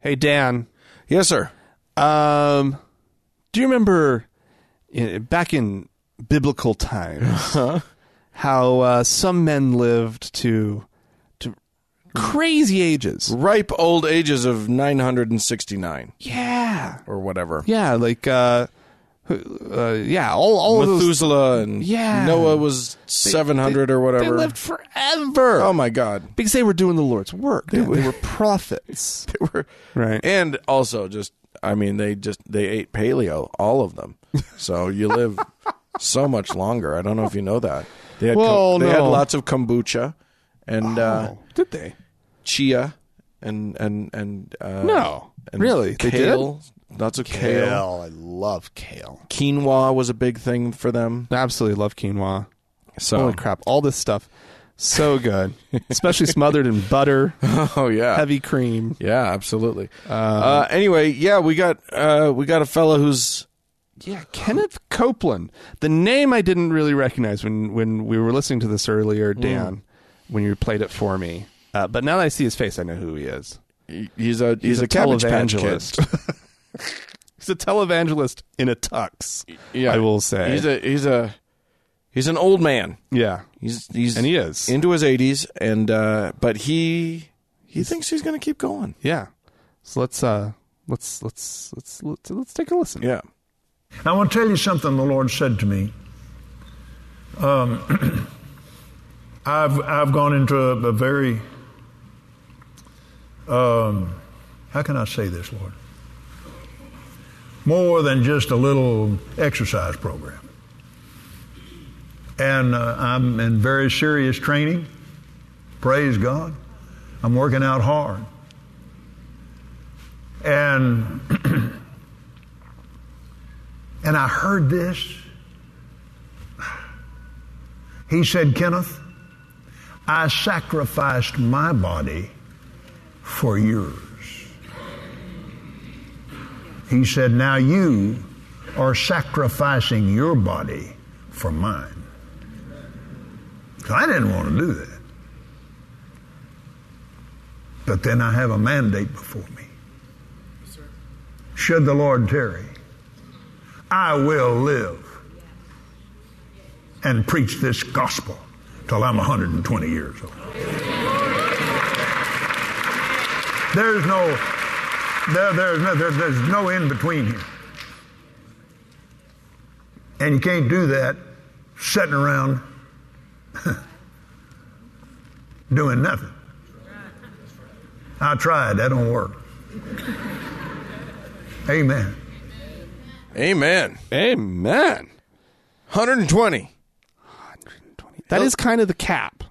S1: Hey, Dan.
S2: Yes, sir.
S1: Um, do you remember uh, back in biblical times how uh, some men lived to to crazy ages?
S2: Ripe old ages of 969
S1: Yeah,
S2: or whatever.
S1: yeah, like uh, who- uh yeah, all all of those.
S2: Methuselah and
S1: Yeah.
S2: Noah was 700 or
S1: They
S2: whatever.
S1: lived forever
S2: oh, my God. [LAUGHS]
S1: because they were doing the Lord's work. They, were, they were prophets,
S2: They were-
S1: [LAUGHS] right?
S2: And also just, I mean, they just, they ate paleo, all of them. So
S1: [LAUGHS]
S2: you live so much longer. I don't know if you know that. They had,
S1: Well,
S2: they had
S1: no.
S2: lots of kombucha and uh,
S1: oh, did they?
S2: chia and, and, and, uh,
S1: No,
S2: and
S1: really, they did.
S2: kale. Lots of kale.
S1: I love kale.
S2: Quinoa was a big thing for them.
S1: Absolutely love quinoa.
S2: So,
S1: Holy crap! All this stuff, so good, especially smothered in butter,
S2: [LAUGHS] [LAUGHS] oh yeah,
S1: heavy cream.
S2: yeah, absolutely. uh, anyway, yeah, we got uh, we got a fella who's
S1: Yeah, Kenneth Copeland, the name I didn't really recognize when when we were listening to this
S2: Mm.
S1: earlier, Dan, when you played it for me. Uh, but now that I see his face, I know who he is.
S2: he- he's a he's,
S1: a
S2: a, cabbage patch kid.
S1: [LAUGHS] he's a televangelist in a tux.
S2: Yeah,
S1: I will say.
S2: he's a he's a he's an old man.
S1: yeah,
S2: He's he's
S1: and he is.
S2: into his eighties, and uh, but he he thinks he's going to keep going.
S1: yeah. So let's uh let's let's let's let's, let's take a listen.
S2: Yeah,
S3: I want to tell you something the Lord said to me. Um, [CLEARS THROAT] I've, I've gone into a, a very, um, how can I say this, Lord? More than just a little exercise program. And uh, I'm in very serious training. Praise God. I'm working out hard. And [CLEARS THROAT] and I heard this. He said, Kenneth, I sacrificed my body for yours. He said, now you are sacrificing your body for mine. So I didn't want to do that. But then I have a mandate before me. Should the Lord tarry, I will live and preach this gospel till I'm 120 years old. There's no, there, there's no, there, there's no in between here. And you can't do that sitting around [LAUGHS] doing nothing. I tried, that don't work. Amen.
S2: amen.
S1: Amen.
S2: Hundred and twenty.
S1: That is kind of the cap.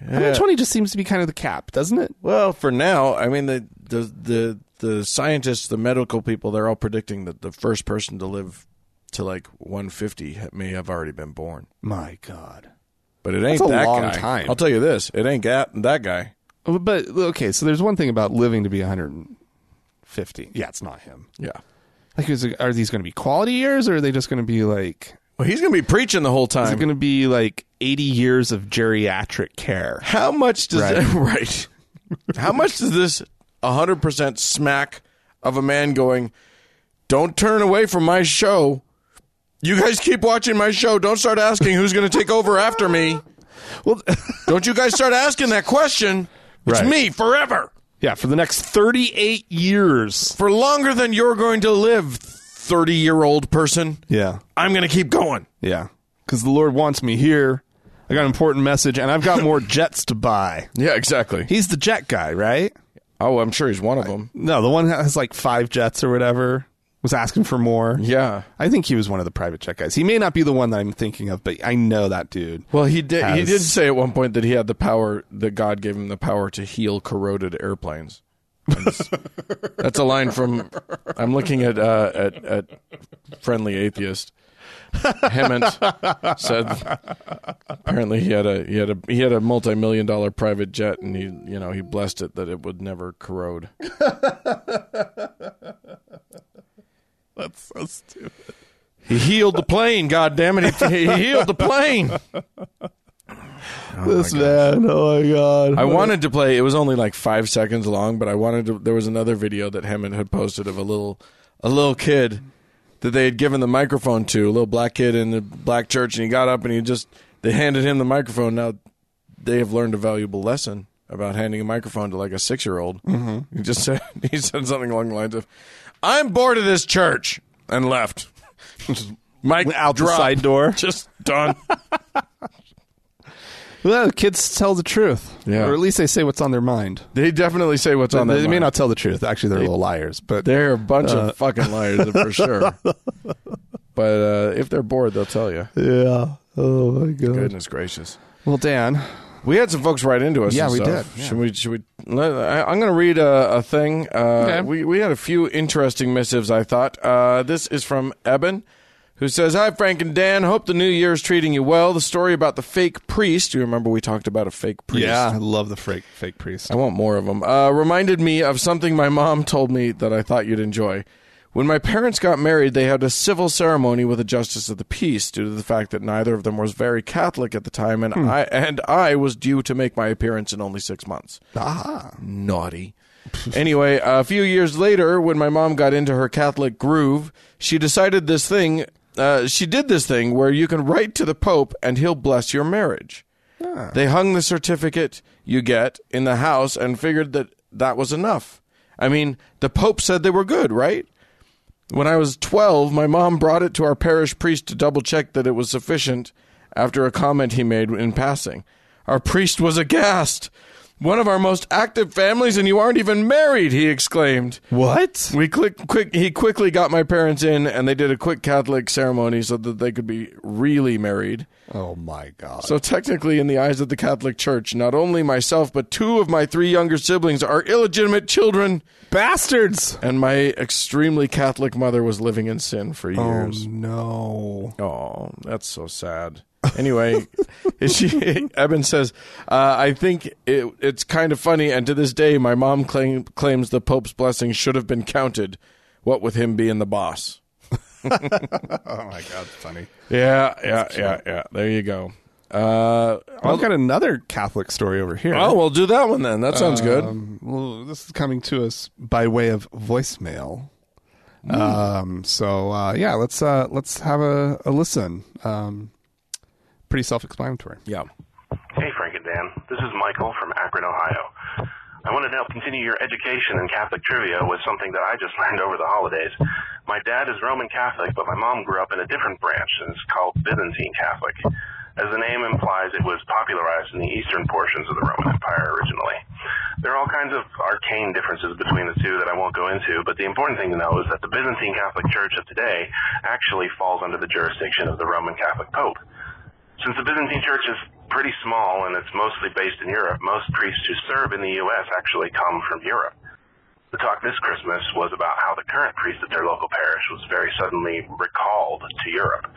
S1: 120 just seems to be kind of the cap, doesn't it?
S2: Well, for now, I mean the the the the scientists, the medical people, they're all predicting that the first person to live to like 150 ha- may have already been born.
S1: My God.
S2: But it ain't
S1: That's a
S2: that
S1: long
S2: guy.
S1: time.
S2: I'll tell you this, it ain't that that guy.
S1: But okay, so there's one thing about living to be 150. Yeah, it's not him.
S2: Yeah.
S1: Like, is it, are these going to be quality years, or are they just going to be like?
S2: Well, he's going to be preaching the whole
S1: Is it
S2: time.
S1: going to be like eighty years of geriatric care?
S2: How much does
S1: Right.
S2: that, [LAUGHS] right? How much does this 100% smack of a man going, "Don't turn away from my show. You guys keep watching my show. Don't start asking who's going to take over after me.
S1: Well, [LAUGHS]
S2: Don't you guys start asking that question. It's
S1: Right.
S2: me forever."
S1: yeah, for the next thirty-eight years.
S2: for longer than you're going to live, 30 year old person.
S1: Yeah,
S2: I'm going to keep going.
S1: yeah, because the Lord wants me here. I got an important message, and I've [LAUGHS] got more jets to buy.
S2: Yeah, exactly.
S1: He's the jet guy, right?
S2: Oh, I'm sure he's one of them.
S1: No, the one that has like five jets or whatever was asking for more.
S2: Yeah.
S1: I think he was one of the private jet guys. He may not be the one that I'm thinking of, but I know that dude.
S2: Well, he did. He
S1: Has-
S2: did say at one point that he had the power that God gave him the power to heal corroded airplanes. That's [LAUGHS] that's a line from. I'm looking at uh, at, at friendly atheist. Hemant said apparently he had a he had a he had a multi million dollar private jet and he you know he blessed it that it would never corrode.
S1: That's so stupid.
S2: He healed the plane, God damn it! He, he healed the plane.
S1: this man, oh my god.
S2: I wanted to play. It was only like five seconds long, but I wanted to. There was another video that Hammond had posted of a little, a little kid that they had given the microphone to, a little black kid in the black church, and he got up and he just they handed him the microphone. Now they have learned a valuable lesson about handing a microphone to like a six year old. Mm-hmm. He just said [LAUGHS] he said something along the lines of, "I'm bored of this church," and left. [LAUGHS] Mike
S1: out the side door.
S2: [LAUGHS] Just done.
S1: [LAUGHS] Well, kids tell the truth.
S2: Yeah.
S1: Or at least they say what's on their mind.
S2: they definitely say what's on
S1: they
S2: their
S1: they may
S2: mind.
S1: not tell the truth. Actually, they're little liars. But
S2: They're a bunch of fucking liars [LAUGHS] for sure. But uh, if they're bored, they'll tell you.
S1: yeah. Oh my god.
S2: Goodness gracious.
S1: Well, Dan,
S2: We had some folks write into us.
S1: Yeah,
S2: and
S1: we
S2: stuff.
S1: did, yeah.
S2: Should we? Should we? let- I, I'm going to read a, a thing. Uh,
S1: Okay.
S2: We we had a few interesting missives. I thought uh, this is from Eben, who says, "Hi Frank and Dan. Hope the new year's treating you well. The story about the fake priest. You remember we talked about a fake priest?
S1: yeah, I love the fake fake priest.
S2: I want more of them. Uh, reminded me of something my mom told me that I thought you'd enjoy. When my parents got married, they had a civil ceremony with a justice of the peace due to the fact that neither of them was very Catholic at the time, and I and I was due to make my appearance in only six months.
S1: Ah,
S2: Naughty. anyway, a few years later, when my mom got into her Catholic groove, she decided this thing. Uh, she did this thing where you can write to the Pope and he'll bless your marriage. They hung the certificate you get in the house and figured that that was enough. I mean, the Pope said they were good, right? When I was 12, my mom brought it to our parish priest to double check that it was sufficient after a comment he made in passing. Our priest was aghast. One of our most active families, and you aren't even married, he exclaimed.
S1: what?
S2: We click, quick. He quickly got my parents in, and they did a quick Catholic ceremony so that they could be really married.
S1: Oh my god.
S2: So technically, in the eyes of the Catholic Church, not only myself but two of my three younger siblings are illegitimate children,
S1: bastards.
S2: and my extremely Catholic mother was living in sin for
S1: Oh,
S2: years.
S1: no.
S2: Oh, that's so sad. Anyway, [LAUGHS] she Eben says, uh, I think it, it's kind of funny, and to this day, my mom claim, claims the Pope's blessing should have been counted. What with him being the boss.
S1: Oh my god, funny.
S2: Yeah, yeah, yeah, yeah. There you go. Uh,
S1: I've got another Catholic story over here.
S2: oh, we'll do that one then. That sounds good.
S1: Um, well, this is coming to us by way of voicemail.
S2: Hmm.
S1: Um, so uh, yeah, let's uh, let's have a, a listen. Um, pretty self-explanatory.
S2: Yeah.
S4: Hey, Frank and Dan. This is Michael from Akron, Ohio. I wanted to help continue your education in Catholic trivia with something that I just [LAUGHS] learned over the holidays. My dad is Roman Catholic, but my mom grew up in a different branch, and it's called Byzantine Catholic. As the name implies, it was popularized in the eastern portions of the Roman Empire originally. There are all kinds of arcane differences between the two that I won't go into, but the important thing to know is that the Byzantine Catholic Church of today actually falls under the jurisdiction of the Roman Catholic Pope. Since the Byzantine Church is pretty small and it's mostly based in Europe, most priests who serve in the U.S. actually come from Europe. The talk this Christmas was about how the current priest at their local parish was very suddenly recalled to Europe.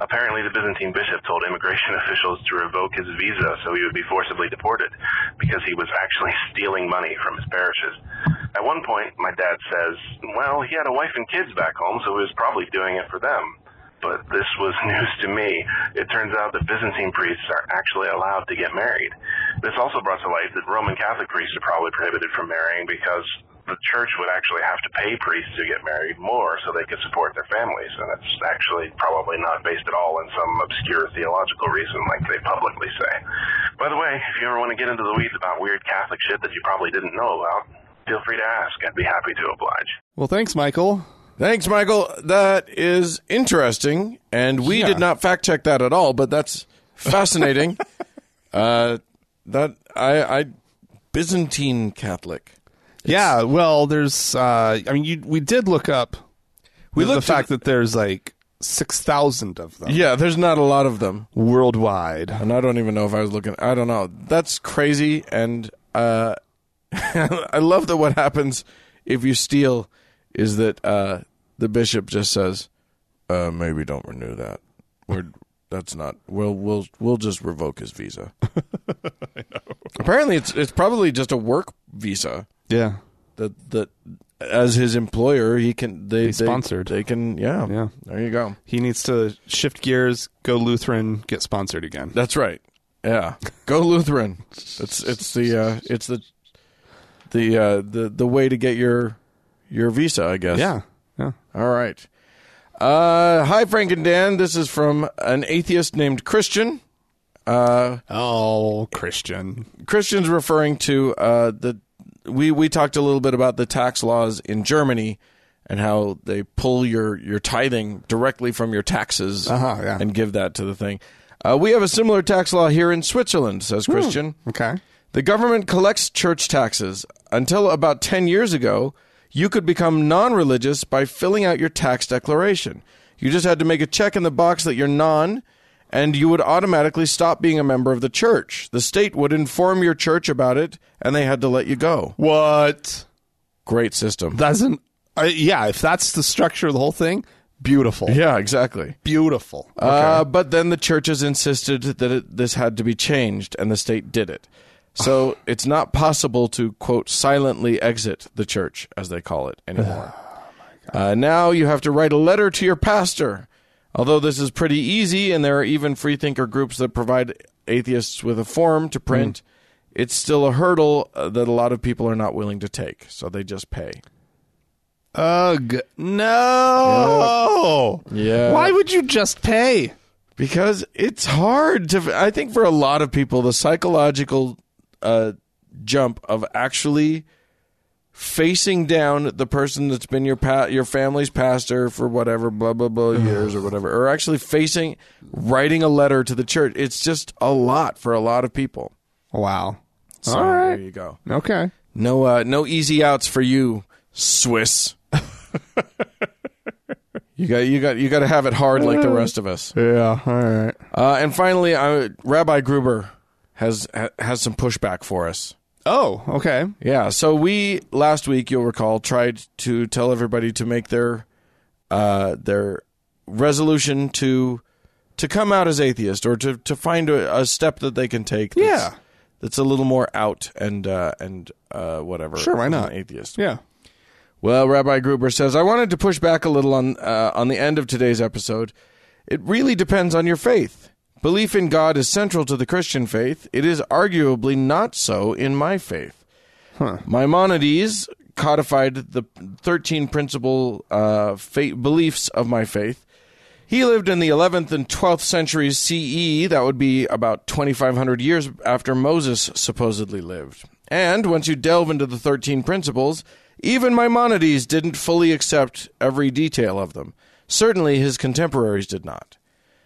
S4: Apparently, the Byzantine bishop told immigration [LAUGHS] officials to revoke his [LAUGHS] visa so he would be forcibly deported because he was actually stealing money from his parishes. At one point, my dad says, well, he had a wife and kids back home, so he was probably doing it for them. But this was [LAUGHS] news to me. It turns out that Byzantine priests are actually allowed to get married. This also brought to light that Roman Catholic priests are probably prohibited from marrying because the church would actually have to pay priests who get married more so they could support their families. And that's actually probably not based at all on some obscure theological reason like they publicly say. By the way, if you ever want to get into the weeds about weird Catholic shit that you probably didn't know about, feel free to ask. I'd be happy to oblige.
S1: Well, thanks, Michael.
S2: Thanks, Michael. That is interesting, and we
S1: Yeah.
S2: did not fact check that at all. But that's [LAUGHS] fascinating. uh, that I, I Byzantine Catholic.
S1: yeah, well, there's. Uh, I mean, you, we did look up. We the
S2: looked
S1: fact
S2: at-
S1: that there's like six thousand of them
S2: Yeah, there's not a lot of them,
S1: worldwide.
S2: and I don't even know if I was looking. I don't know. That's crazy, and uh, [LAUGHS] I love that. What happens if you steal is that uh, the bishop just says, uh, "Maybe don't renew that." We're that's not. We'll we'll we'll just revoke
S1: [LAUGHS]
S2: his visa. Apparently, it's it's probably just a work visa
S1: Yeah,
S2: that that as his employer he can they, they
S1: sponsored.
S2: They can yeah
S1: Yeah.
S2: There you go.
S1: he needs to shift gears, go Lutheran, get sponsored again.
S2: That's right. Yeah, go Lutheran. It's it's the uh, it's the the uh, the the way to get your your visa, I guess.
S1: yeah, yeah.
S2: All right. Uh, hi, Frank and Dan. This is from an atheist named Christian. Uh,
S1: Oh, Christian.
S2: Christian's referring to uh, the we we talked a little bit about the tax laws in Germany and how they pull your your tithing directly from your taxes
S1: Uh-huh, yeah.
S2: and give that to the thing. Uh, we have a similar tax law here in Switzerland,
S1: Hmm.
S2: says Christian.
S1: Okay.
S2: The government collects church taxes. Until about 10 years ago, you could become non religious by filling out your tax declaration. You just had to make a check in the box that you're non, and you would automatically stop being a member of the church. The state would inform your church about it, and they had to let you go.
S1: What?
S2: Great system.
S1: That's an. Uh, yeah, if that's the structure of the whole thing, beautiful.
S2: Yeah, exactly.
S1: Beautiful.
S2: Uh, but then the churches insisted that it, this had to be changed, and the state did it. So it's not possible to, quote, silently exit the church, as they call it anymore. uh, now you have to write a letter to your pastor. Although this is pretty easy, and there are even freethinker groups that provide atheists with a form to print, it's still a hurdle uh, that a lot of people are not willing to take. So they just pay.
S1: Ugh. No.
S2: Yeah.
S1: Why would you just pay?
S2: because it's hard to i think for a lot of people the psychological uh, jump of actually facing down the person that's been your pa- your family's pastor for whatever blah blah blah years or whatever or actually facing writing a letter to the church it's just a lot for a lot of people
S1: Wow.
S2: so
S1: All
S2: there
S1: right.
S2: you go
S1: Okay.
S2: no uh, no easy outs for you swiss [LAUGHS] you got you got you got to have it hard like
S1: Uh.
S2: the rest of us
S1: Yeah. All right.
S2: uh, and finally, uh, Rabbi Gruber has ha- has some pushback for us.
S1: Oh. Okay.
S2: Yeah, so we last week, you'll recall, tried to tell everybody to make their uh, their resolution to to come out as atheist or to to find a, a step that they can take. That's,
S1: Yeah.
S2: that's a little more out and uh, and uh, whatever.
S1: Sure, why
S2: as an
S1: not?
S2: atheist?
S1: Yeah.
S2: Well, Rabbi Gruber says, I wanted to push back a little on, uh, on the end of today's episode. It really depends on your faith. Belief in God is central to the Christian faith. It is arguably not so in my faith. Maimonides codified the 13 principal uh, fa- beliefs of my faith. He lived in the 11th and 12th centuries CE. That would be about 2,500 years after Moses supposedly lived. And once you delve into the 13 principles, even Maimonides didn't fully accept every detail of them. Certainly his contemporaries did not.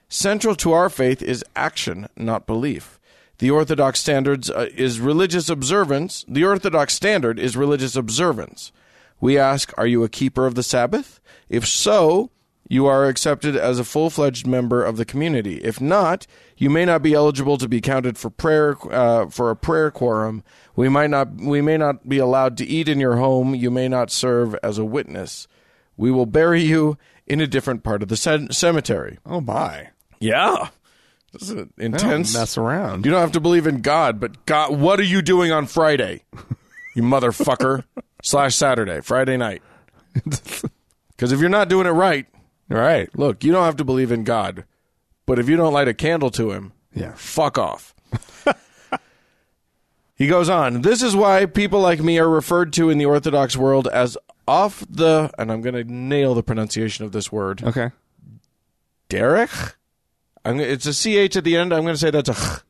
S2: Central to our faith is action, not belief. The orthodox standards uh, is religious observance. The orthodox standard is religious observance. We ask, are you a keeper of the Sabbath? If so, you are accepted as a full-fledged member of the community. If not, you may not be eligible to be counted for prayer uh, for a prayer quorum. We might not we may not be allowed to eat in your home. You may not serve as a witness. We will bury you in a different part of the cem- cemetery.
S1: Oh my.
S2: Yeah. This is intense.
S1: Don't mess around. [LAUGHS]
S2: You don't have to believe in God, but God, what are you doing on Friday? You motherfucker. slash Saturday, Friday night. Because if you're not doing it right,
S1: Right.
S2: look, you don't have to believe in God, but if you don't light a candle to him,
S1: Yeah.
S2: fuck off. he goes on. This is why people like me are referred to in the Orthodox world as off the, and I'm going to nail the pronunciation of this word.
S1: Okay.
S2: Derek? I'm, it's a CH at the end. I'm going to say that's a ch.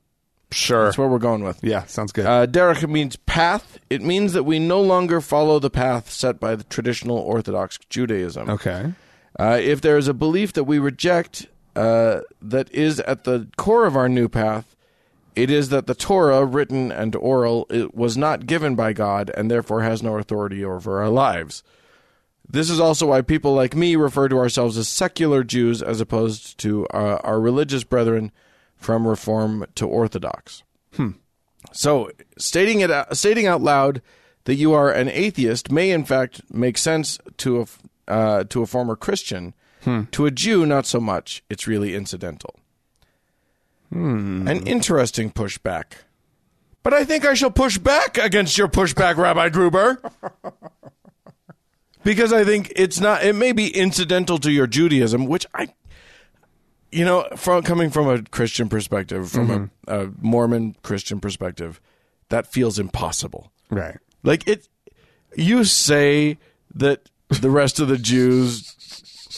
S1: Sure.
S2: That's where we're going with.
S1: Yeah. Sounds good.
S2: Uh, derech means path. It means that we no longer follow the path set by the traditional Orthodox Judaism.
S1: okay.
S2: Uh, if there is a belief that we reject uh, that is at the core of our new path, it is that the Torah, written and oral, it was not given by God and therefore has no authority over our lives. This is also why people like me refer to ourselves as secular Jews as opposed to uh, our religious brethren from Reform to Orthodox. So stating it uh, stating out loud that you are an atheist may in fact make sense to a f- uh, to a former Christian. To a Jew, not so much. It's really incidental. An interesting pushback. But I think I shall push back against your pushback, Rabbi Gruber. [LAUGHS] because I think it's not it may be incidental to your Judaism, which I you know, from coming from a Christian perspective, from a, a Mormon Christian perspective, that feels impossible.
S1: Right.
S2: Like it, you say that the rest of the Jews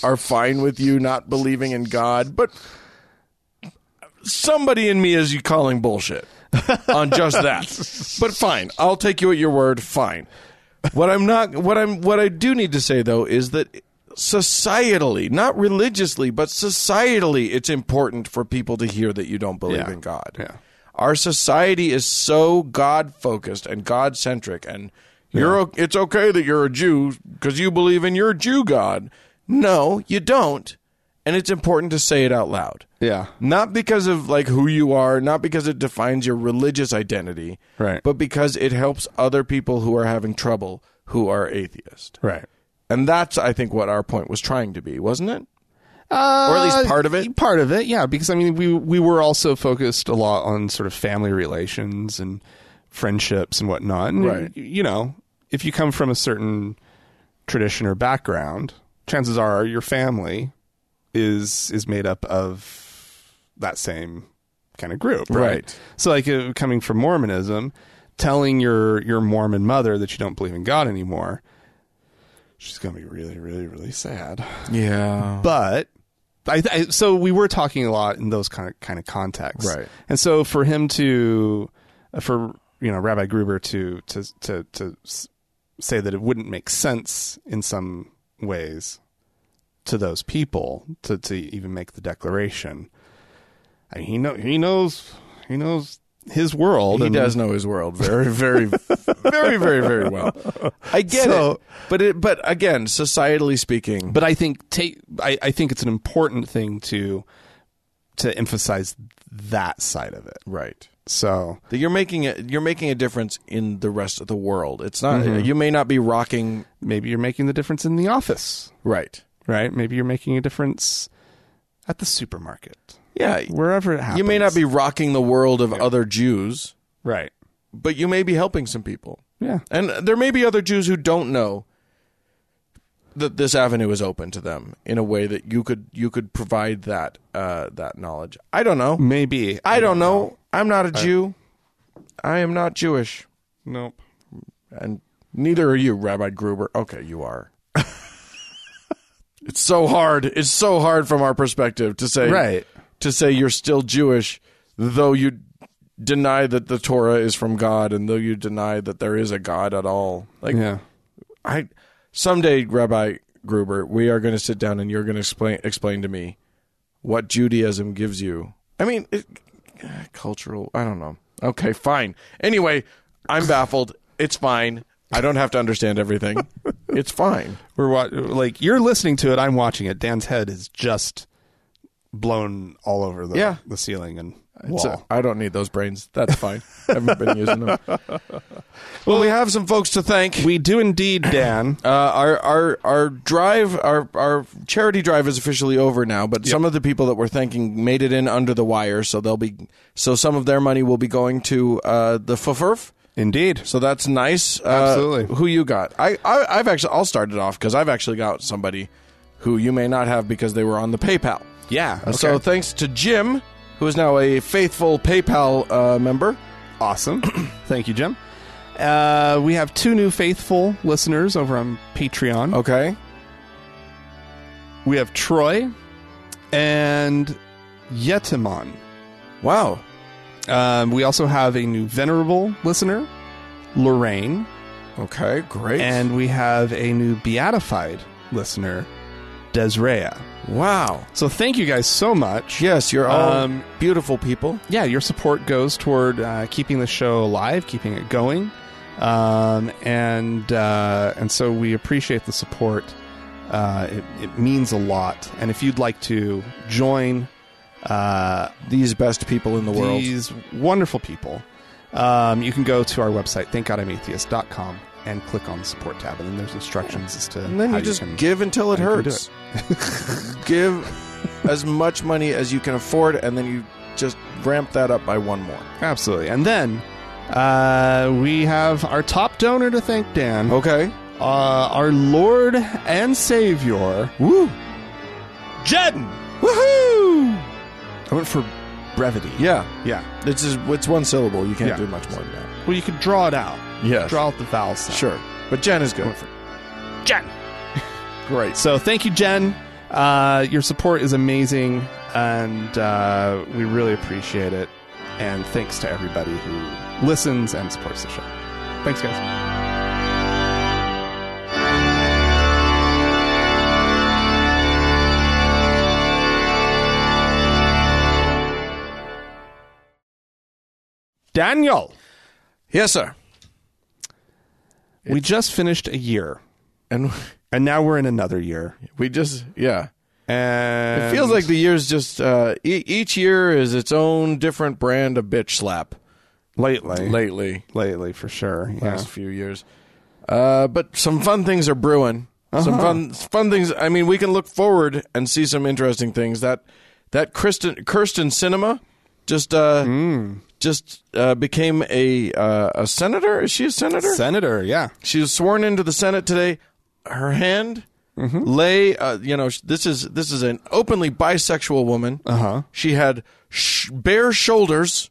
S2: are fine with you not believing in God, but somebody in me is you calling bullshit on just that. but fine, I'll take you at your word. Fine. What I'm not, what I'm, what I do need to say though is that societally, not religiously, but societally, it's important for people to hear that you don't believe
S1: Yeah.
S2: in God.
S1: Yeah.
S2: Our society is so God focused and God centric, and you're o- it's okay that you're a Jew because you believe in your Jew God. No, you don't, and it's important to say it out loud.
S1: Yeah.
S2: Not because of like who you are, not because it defines your religious identity,
S1: Right.
S2: But because it helps other people who are having trouble who are atheist,
S1: Right.
S2: And that's I think what our point was trying to be, wasn't it?
S1: Uh,
S2: Or at least part of it?
S1: Part of it, yeah. Because I mean, we we were also focused a lot on sort of family relations and friendships and whatnot. And,
S2: Right.
S1: You, know, if you come from a certain tradition or background, chances are your family is is made up of that same kind of group, right?
S2: Right.
S1: So, like uh, coming from Mormonism, telling your your Mormon mother that you don't believe in God anymore, she's gonna be really, really, really sad
S2: Yeah.
S1: but I, I so we were talking a lot in those kind of kind of contexts,
S2: Right.
S1: And so for him to, uh, for you know Rabbi Gruber to to to to s- say that it wouldn't make sense in some ways to those people to to even make the declaration. I mean, he know he knows he knows his world.
S2: He
S1: and-
S2: does know his world very, very, very, very, very well. I get
S1: So-
S2: it, but it, but again, societally speaking,
S1: but I think take I, I think it's an important thing to to emphasize that side of it.
S2: right.
S1: So
S2: That you're making a you're making a difference in the rest of the world. It's not
S1: Mm-hmm.
S2: you may not be rocking
S1: maybe you're making the difference in the office,
S2: right.
S1: right? Maybe you're making a difference at the supermarket,
S2: Yeah,
S1: wherever it happens.
S2: you may not be rocking the world of other Jews,
S1: right.
S2: but you may be helping some people.
S1: Yeah,
S2: And there may be other Jews who don't know that this avenue is open to them in a way that you could you could provide that uh, that knowledge. I don't know.
S1: maybe.
S2: I don't know. I'm not a Jew. I am not Jewish,
S1: Nope.
S2: and neither are you, Rabbi Gruber. Okay, you are. [LAUGHS] it's so hard. It's so hard from our perspective to say
S1: Right.
S2: to say you're still Jewish, though you deny that the Torah is from God, and though you deny that there is a God at all. Like
S1: Yeah.
S2: I someday, Rabbi Gruber, we are going to sit down and you're going to explain explain to me what Judaism gives you. I mean, it, eh, cultural. I don't know. Okay, fine. Anyway, I'm baffled. It's fine. I don't have to understand everything. It's fine.
S1: We're wa- like you're listening to it. I'm watching it. Dan's head is just blown all over the
S2: Yeah.
S1: the ceiling and
S2: It's
S1: wall.
S2: I I don't need those brains. That's fine. I haven't been using them. Well, we have some folks to thank.
S1: we do indeed, Dan.
S2: Uh, our our our drive our our charity drive is officially over now, but some of the people that we're thanking made it in under the wire, so they'll be so some of their money will be going to uh, the FFRF,
S1: [COUGHS] Indeed.
S2: So that's nice. Uh,
S1: Absolutely.
S2: Who you got? I, I I've actually I'll start it off because I've actually got somebody who you may not have because they were on the PayPal.
S1: Yeah.
S2: Uh, So thanks to Jim, who is now a faithful PayPal uh, member.
S1: [COUGHS] Awesome. Thank you, Jim. Uh, we have two new faithful listeners over on Patreon.
S2: Okay.
S1: We have Troy and Yetimon.
S2: Wow.
S1: Um, we also have a new venerable listener, Lorraine,
S2: Okay. Great.
S1: and we have a new beatified listener, Desrea.
S2: wow.
S1: So thank you guys so much.
S2: Yes, you're all
S1: Um,
S2: beautiful people.
S1: yeah, your support goes toward uh, keeping the show alive, keeping it going, um, and uh, and so we appreciate the support. Uh, it, it means a lot, and if you'd like to join uh,
S2: These best people in the world.
S1: these wonderful people, um, you can go to our website, thankgodimatheist.com, and click on the support tab, and then there's instructions as to
S2: And then
S1: how
S2: you just
S1: can
S2: give until it
S1: how you can do
S2: hurts. [LAUGHS] give as much money as you can afford, and then you just ramp that up by one more.
S1: Absolutely. And then uh, we have our top donor to thank, Dan.
S2: Okay.
S1: Uh, our Lord and Savior,
S2: Woo.
S1: Jedden. Woohoo! I went for brevity.
S2: Yeah.
S1: Yeah.
S2: It's just, it's one syllable. You can't
S1: Yeah.
S2: do much more than that.
S1: Well, you could draw it out.
S2: Yes.
S1: Draw out the vowel sound.
S2: Sure. But Jen is good.
S1: Jen.
S2: Great.
S1: So thank you, Jen. Uh, your support is amazing, and uh, we really appreciate it. And thanks to everybody who listens and supports the show. Thanks, guys. Daniel,
S2: Yes, sir.
S1: we just finished a year,
S2: And [LAUGHS]
S1: and now we're in another year.
S2: we just yeah.
S1: And
S2: It feels like the year's just uh, e- each year is its own different brand of bitch slap
S1: lately,
S2: lately.
S1: lately for sure. Yeah.
S2: last few years. Uh, but some fun things are brewing. Some fun fun things. I mean, we can look forward and see some interesting things. That that Kristen Kirsten Cinema just uh, just uh, became a uh, a senator. Is she a senator?
S1: Senator, yeah.
S2: she was sworn into the Senate today. Her hand lay, uh, you know, sh- this is this is an openly bisexual woman. Uh huh. She had sh- bare shoulders.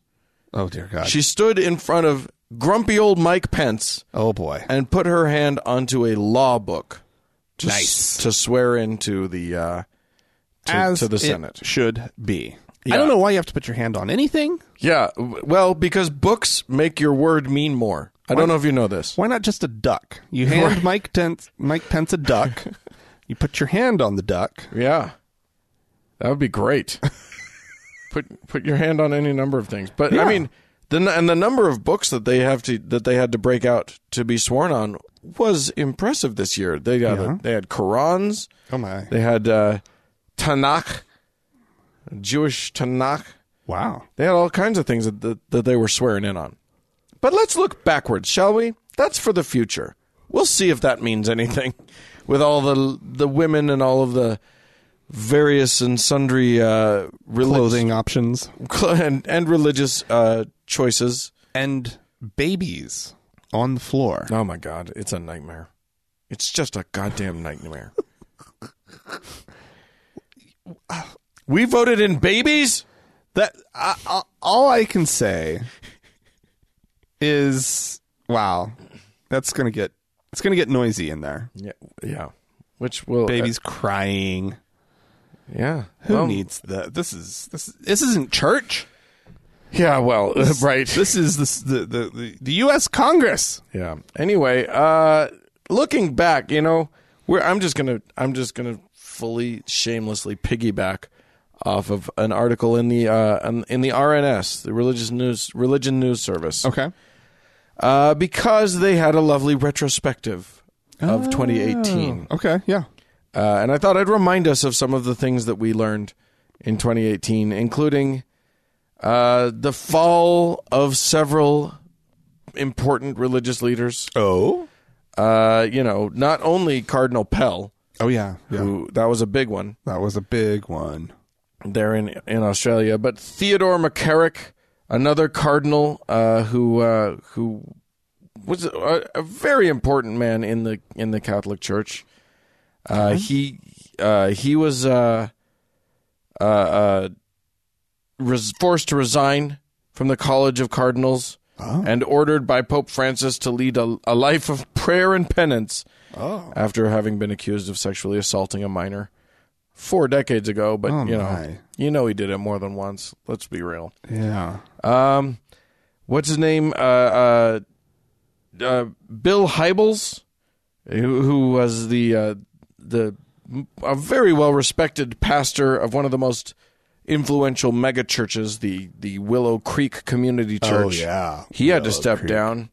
S1: Oh dear God.
S2: She stood in front of grumpy old Mike Pence
S1: oh boy.
S2: and put her hand onto a law book to, s-
S1: Nice.
S2: to swear into the uh, to, to the
S1: it
S2: Senate.
S1: should be. I
S2: Yeah.
S1: don't know why you have to put your hand on anything.
S2: Yeah, w- well, because books make your word mean more. I don't know if you know this.
S1: Why not just a duck? You hand Mike Pence, Mike Pence a [LAUGHS] duck. you put your hand on the duck.
S2: Yeah, that would be
S1: [LAUGHS]
S2: great. put put your hand on any number of things, but I mean, the n- and the number of books that they have to that they had to break out to be sworn on was impressive this year. They got they had Korans.
S1: Oh my!
S2: They had uh, Tanakh, Jewish Tanakh.
S1: Wow.
S2: They had all kinds of things that, that, that they were swearing in on. But let's look backwards, shall we? That's for the future. We'll see if that means anything [LAUGHS] with all the the women and all of the various and sundry uh, religious
S1: Clothing options
S2: [LAUGHS] and, and religious uh, choices.
S1: and babies on the floor.
S2: Oh my God, it's a nightmare. It's just a goddamn nightmare. [LAUGHS] we voted in babies.
S1: That I, I, all I can say is wow. That's gonna get it's gonna get noisy in there.
S2: Yeah, yeah. Which will
S1: Babies crying.
S2: yeah.
S1: Who
S2: Well,
S1: needs the? This is this. This isn't church.
S2: Yeah, [LAUGHS] well, right.
S1: This is this, the, the the the U.S. Congress.
S2: Yeah. Anyway, uh looking back, you know, we're I'm just going to I'm just going to fully shamelessly piggyback off of an article in the uh in- in the RNS, the Religious News Religion News Service.
S1: Okay.
S2: Uh because they had a lovely retrospective of 2018.
S1: Okay. Yeah.
S2: Uh, and I thought I'd remind us of some of the things that we learned in 2018, including uh, the fall of several important religious leaders.
S1: Oh.
S2: Uh, you know, not only Cardinal Pell,
S1: Oh yeah. Yeah.
S2: who that was a big one
S1: That was a big one.
S2: there in, in Australia, but Theodore McCarrick, another cardinal uh, who uh, who was a, a very important man in the in the Catholic Church. Uh, he uh, he was uh, uh, uh, res- forced to resign from the College of Cardinals and ordered by Pope Francis to lead a, a life of prayer and penance
S1: Oh.
S2: after having been accused of sexually assaulting a minor four decades ago. But you know,
S1: my.
S2: you know, he did it more than once. Let's be real.
S1: Yeah.
S2: Um, what's his name? Uh, uh, uh, Bill Hybels, who, who was the uh, the a very well respected pastor of one of the most influential mega churches, the the Willow Creek Community Church.
S1: yeah.
S2: he had to step down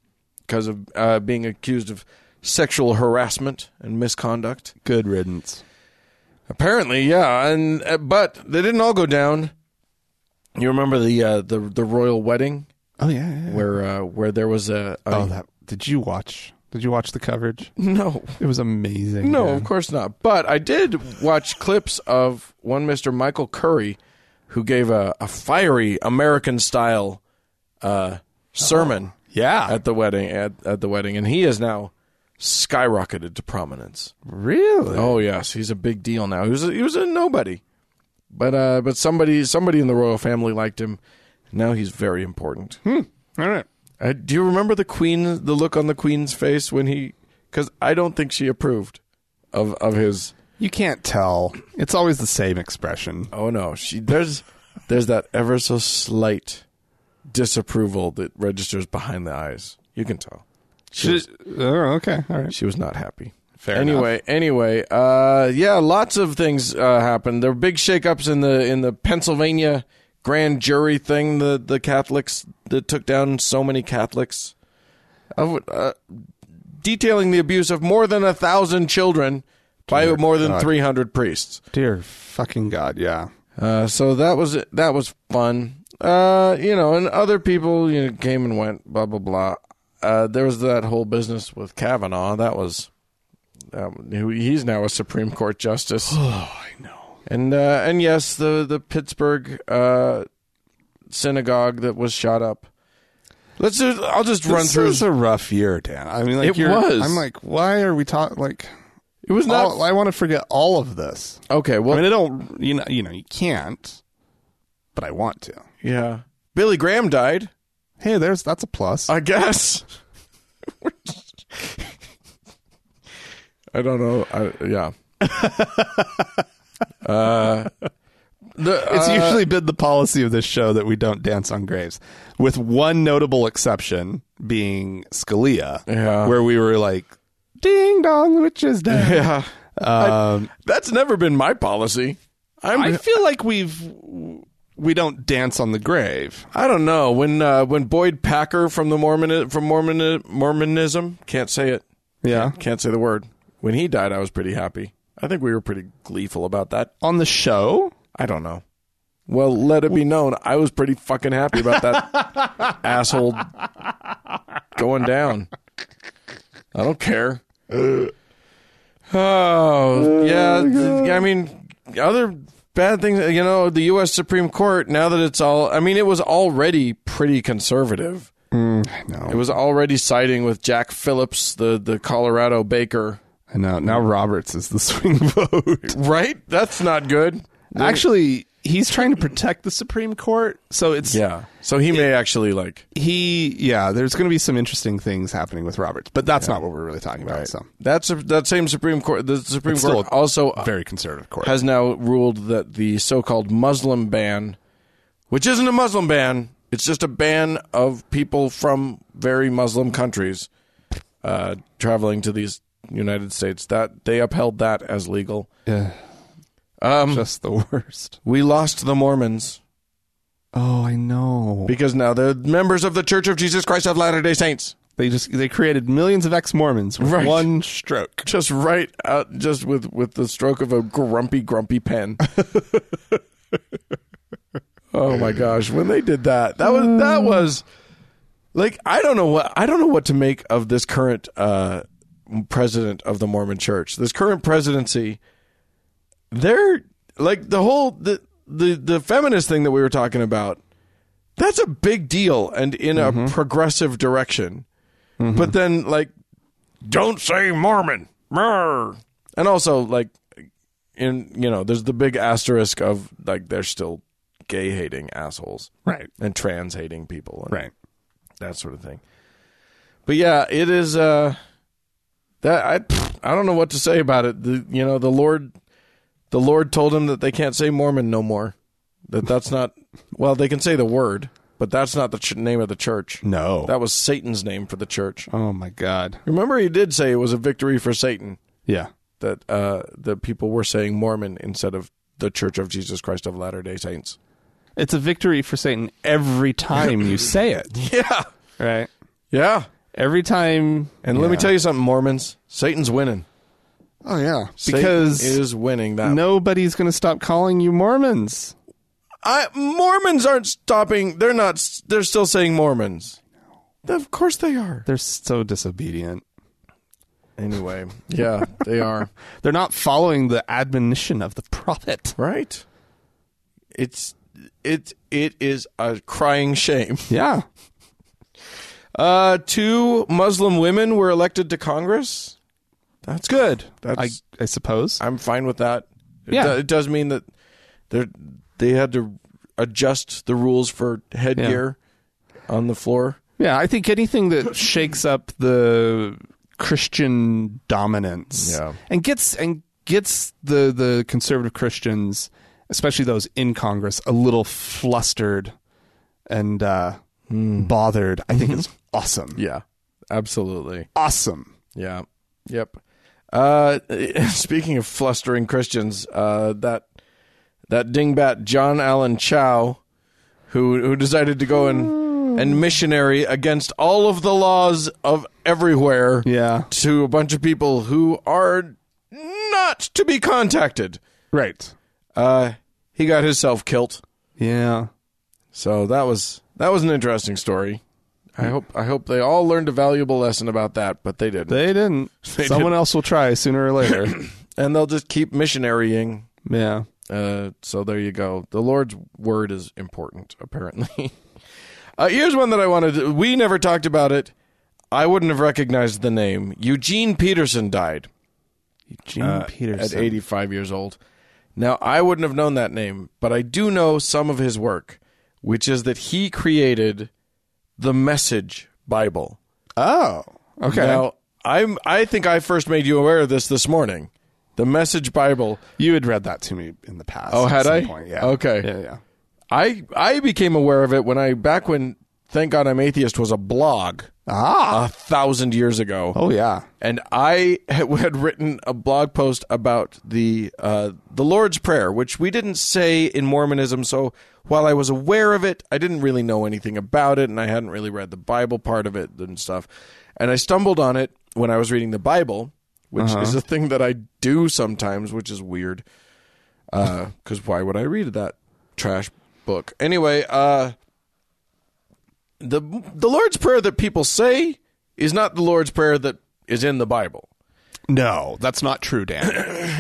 S2: because of uh, being accused of sexual harassment and misconduct.
S1: Good riddance.
S2: Apparently, yeah, and uh, but they didn't all go down. You remember the uh, the the royal wedding
S1: Oh yeah. yeah, yeah.
S2: where uh, where there was a, a-
S1: oh, that. Did you watch? Did you watch the coverage?
S2: [LAUGHS] no
S1: It was amazing.
S2: no
S1: man.
S2: of course not but I did watch clips of one Mister Michael Curry who gave a, a fiery American style uh, sermon
S1: Uh-huh. Yeah.
S2: at the wedding at, at the wedding and he is now skyrocketed to prominence
S1: really?
S2: oh yes he's a big deal now he was a, he was a nobody but uh, but somebody somebody in the royal family liked him now he's very important
S1: All right.
S2: Uh, do you remember the queen, the look on the queen's face when he? Because I don't think she approved of of his.
S1: You can't tell. It's always the same expression.
S2: Oh no, she there's there's that ever so slight disapproval that registers behind the eyes. You can tell she was,
S1: oh, okay. All right.
S2: she was not happy.
S1: Fair
S2: anyway, anyway, uh, yeah, lots of things uh, happened. There were big shakeups in the in the Pennsylvania grand jury thing. The the Catholics that took down so many Catholics. Of, uh, detailing the abuse of more than a thousand children by more than three hundred priests.
S1: Dear fucking God. Yeah.
S2: Uh, so that was it. That was fun. Uh, you know, and other people you know, came and went. Blah blah blah. Uh, there was that whole business with Kavanaugh. That was. Um, he's now a Supreme Court justice.
S1: [GASPS] Oh, I know.
S2: And uh, and yes, the the Pittsburgh uh, synagogue that was shot up. Let's just, I'll just run
S1: this
S2: through.
S1: was a rough year, Dan. I mean, like
S2: It
S1: you're,
S2: was.
S1: I'm like, why are we talking? Like,
S2: it was not
S1: all, I want to forget all of this.
S2: okay. Well,
S1: I mean, I don't. You know, you know, you can't. But I want to.
S2: yeah. Billy Graham died,
S1: Hey, there's that's a plus.
S2: I guess. We're just- I don't know. I, yeah. uh, [LAUGHS] the,
S1: It's
S2: uh,
S1: usually been the policy of this show that we don't dance on graves, with one notable exception being Scalia,
S2: Yeah.
S1: where we were like, "Ding dong, the witch is dead."
S2: yeah.
S1: Um,
S2: That's never been my policy. I'm
S1: I feel like we've we don't dance on the grave.
S2: I don't know when uh, when Boyd Packer from the Mormon from Mormon Mormonism can't say it
S1: Yeah,
S2: can't say the word when he died I was pretty happy I think we were pretty gleeful about that
S1: on the show.
S2: I don't know well let it be known I was pretty fucking happy about that asshole going down I don't care oh yeah th- I mean other bad things you know the U.S. Supreme Court now that it's all I mean it was already pretty conservative.
S1: I know.
S2: It was already siding with Jack Phillips, the the Colorado baker.
S1: I know. Now Roberts is the [LAUGHS] swing vote.
S2: Right? That's not good.
S1: Actually, he's trying to protect the Supreme Court, so it's
S2: Yeah. So he may actually like
S1: he. Yeah, there's going to be some interesting things happening with Roberts, but that's not what we're really talking about. So
S2: that's that same Supreme Court. The Supreme
S1: It's still
S2: Court
S1: a
S2: also
S1: very conservative court.
S2: has now ruled that the so-called Muslim ban, which isn't a Muslim ban, it's just a ban of people from very Muslim countries uh, traveling to these United States. That they upheld that as legal.
S1: Yeah.
S2: Um,
S1: Just the worst.
S2: we lost the Mormons.
S1: Oh, I know.
S2: because now they're members of the Church of Jesus Christ of Latter Day Saints.
S1: They just they created millions of ex-Mormons with
S2: Right.
S1: one stroke.
S2: Just right out, just with with the stroke of a grumpy, grumpy pen. [LAUGHS] oh my gosh! When they did that, that was that was like I don't know what I don't know what to make of this current uh, president of the Mormon Church. This current presidency, they're like the whole the the the feminist thing that we were talking about. That's a big deal, and in a progressive direction. But then like, don't say Mormon. Brr. And also like, in you know, there's the big asterisk of like they're still gay hating assholes
S1: Right.
S2: and trans hating people and
S1: Right.
S2: that sort of thing. But yeah, it is uh that I pfft, I don't know what to say about it. The you know, the Lord the Lord told him that they can't say Mormon no more. That that's not well, they can say the word, but that's not the ch- name of the church.
S1: No.
S2: That was Satan's name for the church.
S1: oh my God.
S2: Remember he did say it was a victory for Satan
S1: Yeah.
S2: that uh the people were saying Mormon instead of the Church of Jesus Christ of Latter-day Saints.
S1: It's a victory for Satan every time you say it.
S2: Yeah.
S1: Right.
S2: Yeah.
S1: Every time.
S2: And let me tell you something, Mormons. Satan's winning.
S1: Oh yeah.
S2: Satan
S1: Because
S2: is winning that.
S1: nobody's going to stop calling you Mormons.
S2: I, Mormons aren't stopping. They're not. s- They're still saying Mormons. Of course they are.
S1: They're so disobedient.
S2: Anyway, yeah, they [LAUGHS] are.
S1: They're not following the admonition of the prophet.
S2: Right? It's it it is a crying shame.
S1: Yeah.
S2: Uh, two Muslim women were elected to Congress. That's good.
S1: I,
S2: That's
S1: I suppose.
S2: I, am fine with that. It
S1: Yeah.
S2: do- it does mean that they are they had to adjust the rules for headgear on the floor.
S1: Yeah, I think anything that shakes up the Christian dominance
S2: Yeah.
S1: and gets and gets the the conservative Christians, especially those in Congress, a little flustered and uh, bothered. I
S2: [LAUGHS]
S1: think is awesome.
S2: Hmm. Yeah, absolutely.
S1: Awesome.
S2: Yeah. Yep. Uh, [LAUGHS] speaking of flustering Christians, uh, that that dingbat John Allen Chow, who who decided to go and and missionary against all of the laws of everywhere
S1: Yeah.
S2: to a bunch of people who are not to be contacted.
S1: Right.
S2: Uh, he got himself killed.
S1: Yeah.
S2: So that was that was an interesting story. I hope I hope they all learned a valuable lesson about that, but [LAUGHS] they didn't.
S1: They didn't. Someone else will try sooner or later.
S2: [COUGHS] and they'll just keep missionarying
S1: yeah.
S2: Uh, so there you go. The Lord's word is important, apparently. [LAUGHS] uh, here's one that I wanted. to- we never talked about it. I wouldn't have recognized the name. Eugene Peterson died
S1: Eugene
S2: uh, at
S1: Peterson.
S2: 85 years old. Now, I wouldn't have known that name, but I do know some of his work, which is that he created the Message Bible.
S1: Oh. Okay.
S2: Now, I'm, I think I first made you aware of this this morning. The Message Bible.
S1: you had read that to me in the past.
S2: Oh,
S1: at
S2: had
S1: some
S2: I?
S1: Point. Yeah.
S2: Okay.
S1: Yeah. Yeah.
S2: I I became aware of it when I back when Thank God I'm Atheist was a blog
S1: Ah.
S2: a thousand years ago,
S1: Oh yeah.
S2: and I [LAUGHS] had had written a blog post about the uh, the Lord's Prayer, which we didn't say in Mormonism. So while I was aware of it, I didn't really know anything about it, and I hadn't really read the Bible part of it and stuff. And I stumbled on it when I was reading the Bible, which is a thing that I do sometimes, which is weird because why would I read that trash book anyway? Uh, the the Lord's Prayer that people say is not the Lord's Prayer that is in the Bible.
S1: No, that's not true, Dan.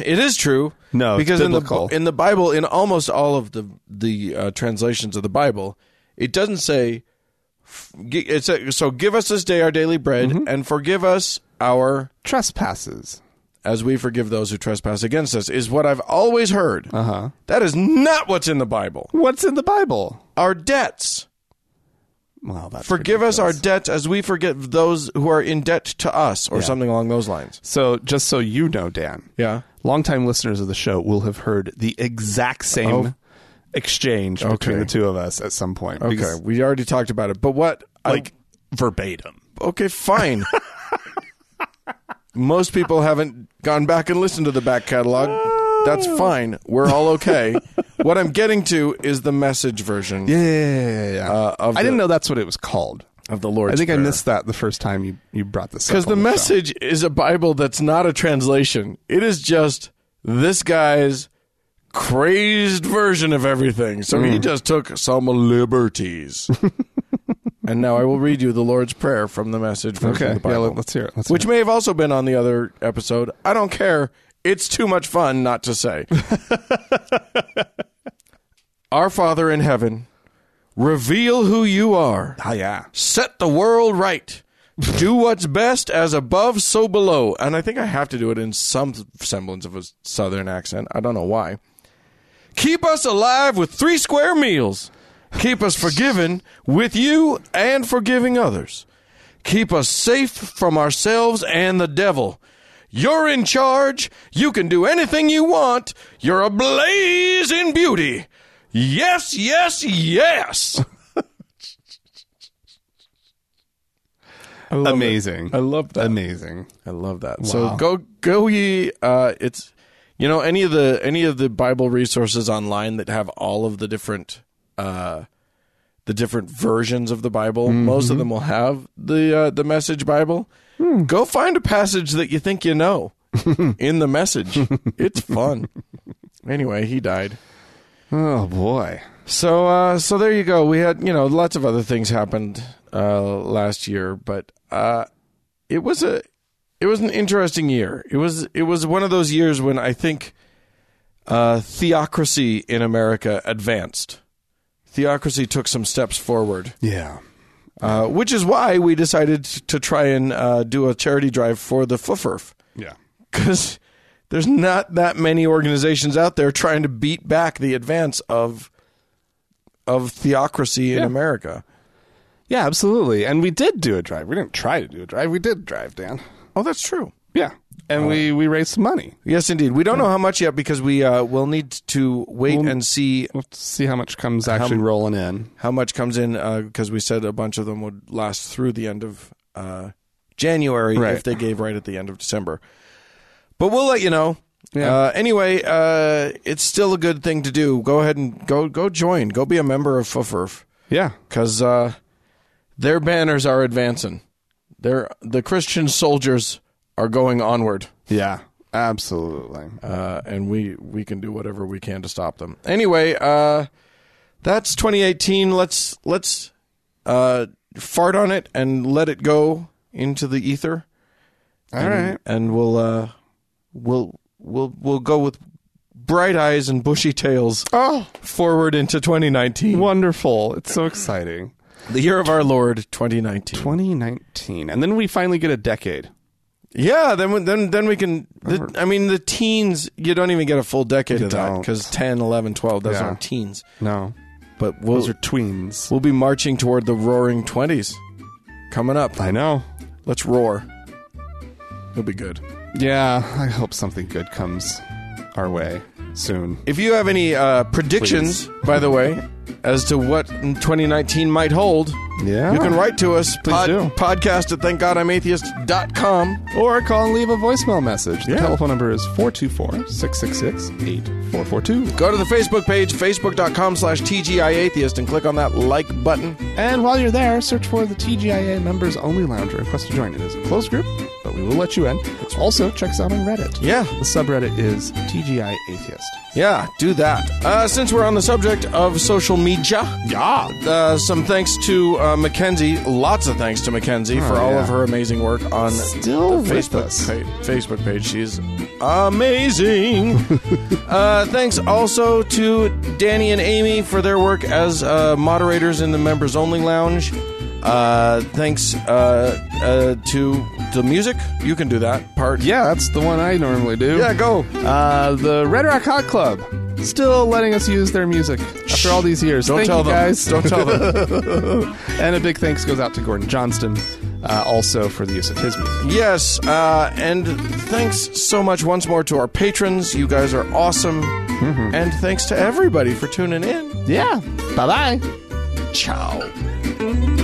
S2: It is true,
S1: No, it's
S2: because in the
S1: biblical.
S2: in the Bible, in almost all of the the uh, translations of the Bible, it doesn't say. f- gi- It's a, so give us this day our daily bread
S1: Mm-hmm.
S2: and forgive us our
S1: [COUGHS] Trespasses.
S2: as we forgive those who trespass against us is what I've always heard. Uh-huh. is not what's in the Bible.
S1: What's in the Bible?
S2: Our debts.
S1: Well, that's
S2: Forgive us our debts as we forgive those who are in debt to us, or something along those lines.
S1: So, just so you know, Dan,
S2: Yeah.
S1: longtime listeners of the show will have heard the exact same exchange between
S2: Oh. Okay.
S1: the two of us at some point.
S2: Okay, we already talked about it, but what? I-
S1: like verbatim.
S2: okay, fine. Most people haven't gone back and listened to the back catalog. That's
S1: Oh.
S2: fine. We're all okay. what I'm getting to is the message version
S1: Yeah, yeah, yeah, yeah.
S2: Uh, of
S1: I
S2: the-
S1: didn't know that's what it was called.
S2: of the Lord's
S1: I think I
S2: Prayer.
S1: missed that the first time you, you brought this up.
S2: Because
S1: on
S2: the
S1: show.
S2: message is a Bible that's not a translation. It is just this guy's crazed version of everything. So
S1: Mm.
S2: he just took
S1: [LAUGHS]
S2: some liberties. and now I will read you the Lord's Prayer from the message version
S1: Okay,
S2: of the
S1: yeah,
S2: Bible.
S1: let, us hear it. Let's
S2: which
S1: hear
S2: may have also been on the other episode. I don't care. It's too much fun not to say.
S1: [LAUGHS]
S2: Our Father in heaven, reveal who you are.
S1: it. Ah, yeah.
S2: Set the world right. do what's best as above, so below. And I think I have to do it in some semblance of a southern accent. I don't know why. Keep us alive with three square meals. Keep us forgiven with you and forgiving others. Keep us safe from ourselves and the devil. You're in charge. You can do anything you want. You're ablaze in beauty. Yes, yes, yes.
S1: Amazing.
S2: I love that.
S1: Amazing.
S2: I love that. So go go ye uh it's you know any of the any of the Bible resources online that have all of the different uh the different versions of the Bible, most of them will have the uh, the message Bible. Go find a passage that you think you know in the message. It's fun. anyway, he died.
S1: Oh boy.
S2: So uh, so there you go. We had you know lots of other things happened uh, last year, but uh, it was a it was an interesting year. It was it was one of those years when I think uh, theocracy in America advanced. Theocracy took some steps forward,
S1: Yeah.
S2: uh, which is why we decided to try and uh, do a charity drive for the FUFERF
S1: Yeah.
S2: because there's not that many organizations out there trying to beat back the advance of of theocracy in America.
S1: Yeah, absolutely. And we did do a drive. We didn't try to do a drive. We did drive, Dan.
S2: Oh, that's true.
S1: Yeah. Uh, And we we raised some money.
S2: Yes, indeed. We don't know how much yet because we uh, will need to wait and see
S1: We'll have to see how much comes actually rolling in.
S2: how much comes in because we said a bunch of them would last through the end of uh, January
S1: Right.
S2: if they gave right at the end of December. But we'll let you know.
S1: Yeah.
S2: Uh, anyway, uh, it's still a good thing to do. Go ahead and go go join. Go be a member of E FUFERF.
S1: Yeah.
S2: because uh, their banners are advancing. They're, the Christian soldiers are going onward,
S1: Yeah. Absolutely.
S2: uh, and we, we can do whatever we can to stop them. Anyway, uh, that's 2018. Let's let's uh, fart on it and let it go into the ether.
S1: All right.
S2: and we'll uh, we'll we'll we'll go with bright eyes and bushy tails
S1: Oh,
S2: forward into 2019,
S1: wonderful. It's so exciting.
S2: the year of our Lord 2019.
S1: 2019. And then we finally get a decade.
S2: Yeah, then we- then then we can. The, I mean, the teens, you don't even get a full decade of that
S1: don't.
S2: because 10, 11, 12, those
S1: Yeah.
S2: aren't teens.
S1: No.
S2: But we'll,
S1: Those are tweens.
S2: we'll be marching toward the roaring 20s coming up.
S1: I know.
S2: Let's roar. It'll be good.
S1: Yeah, I hope something good comes our way soon.
S2: If you have any uh, predictions, by the way, [LAUGHS] as to what 2019 might hold,
S1: Yeah.
S2: you can write to us.
S1: Please do.
S2: Podcast at thankgodimatheist.com.
S1: Or call and leave a voicemail message. The
S2: Yeah.
S1: telephone number is 424 666 8442.
S2: Go to the Facebook page, facebook.com slash TGIAtheist, and click on that like button.
S1: And while you're there, search for the TGIA Members Only Lounge or request to join. It is a closed group, but we will let you in. Also, check us out on Reddit.
S2: Yeah.
S1: The subreddit is TGI Atheist.
S2: Yeah, do that. Uh, since we're on the subject of social media,
S1: Yeah.
S2: uh, some thanks to uh, Mackenzie. Lots of thanks to Mackenzie for all
S1: Oh, yeah.
S2: of her amazing work on
S1: Still
S2: the
S1: with
S2: Facebook
S1: us.
S2: pa- Facebook page. She's
S1: [LAUGHS]
S2: amazing. uh, thanks also to Danny and Amy for their work as uh, moderators in the Members Only Lounge. Uh, thanks uh, uh, to the music. You can do that part.
S1: Yeah, that's the one I normally do.
S2: Yeah, go.
S1: Uh, the Red Rock Hot Club still letting us use their music after all these years.
S2: Don't
S1: Thank
S2: tell
S1: you
S2: them.
S1: guys. [LAUGHS]
S2: Don't tell them.
S1: and a big thanks goes out to Gordon Johnston uh, also for the use of his music.
S2: Yes, uh, and thanks so much once more to our patrons. You guys are awesome. And thanks to everybody for tuning in.
S1: Yeah. Bye bye.
S2: Ciao.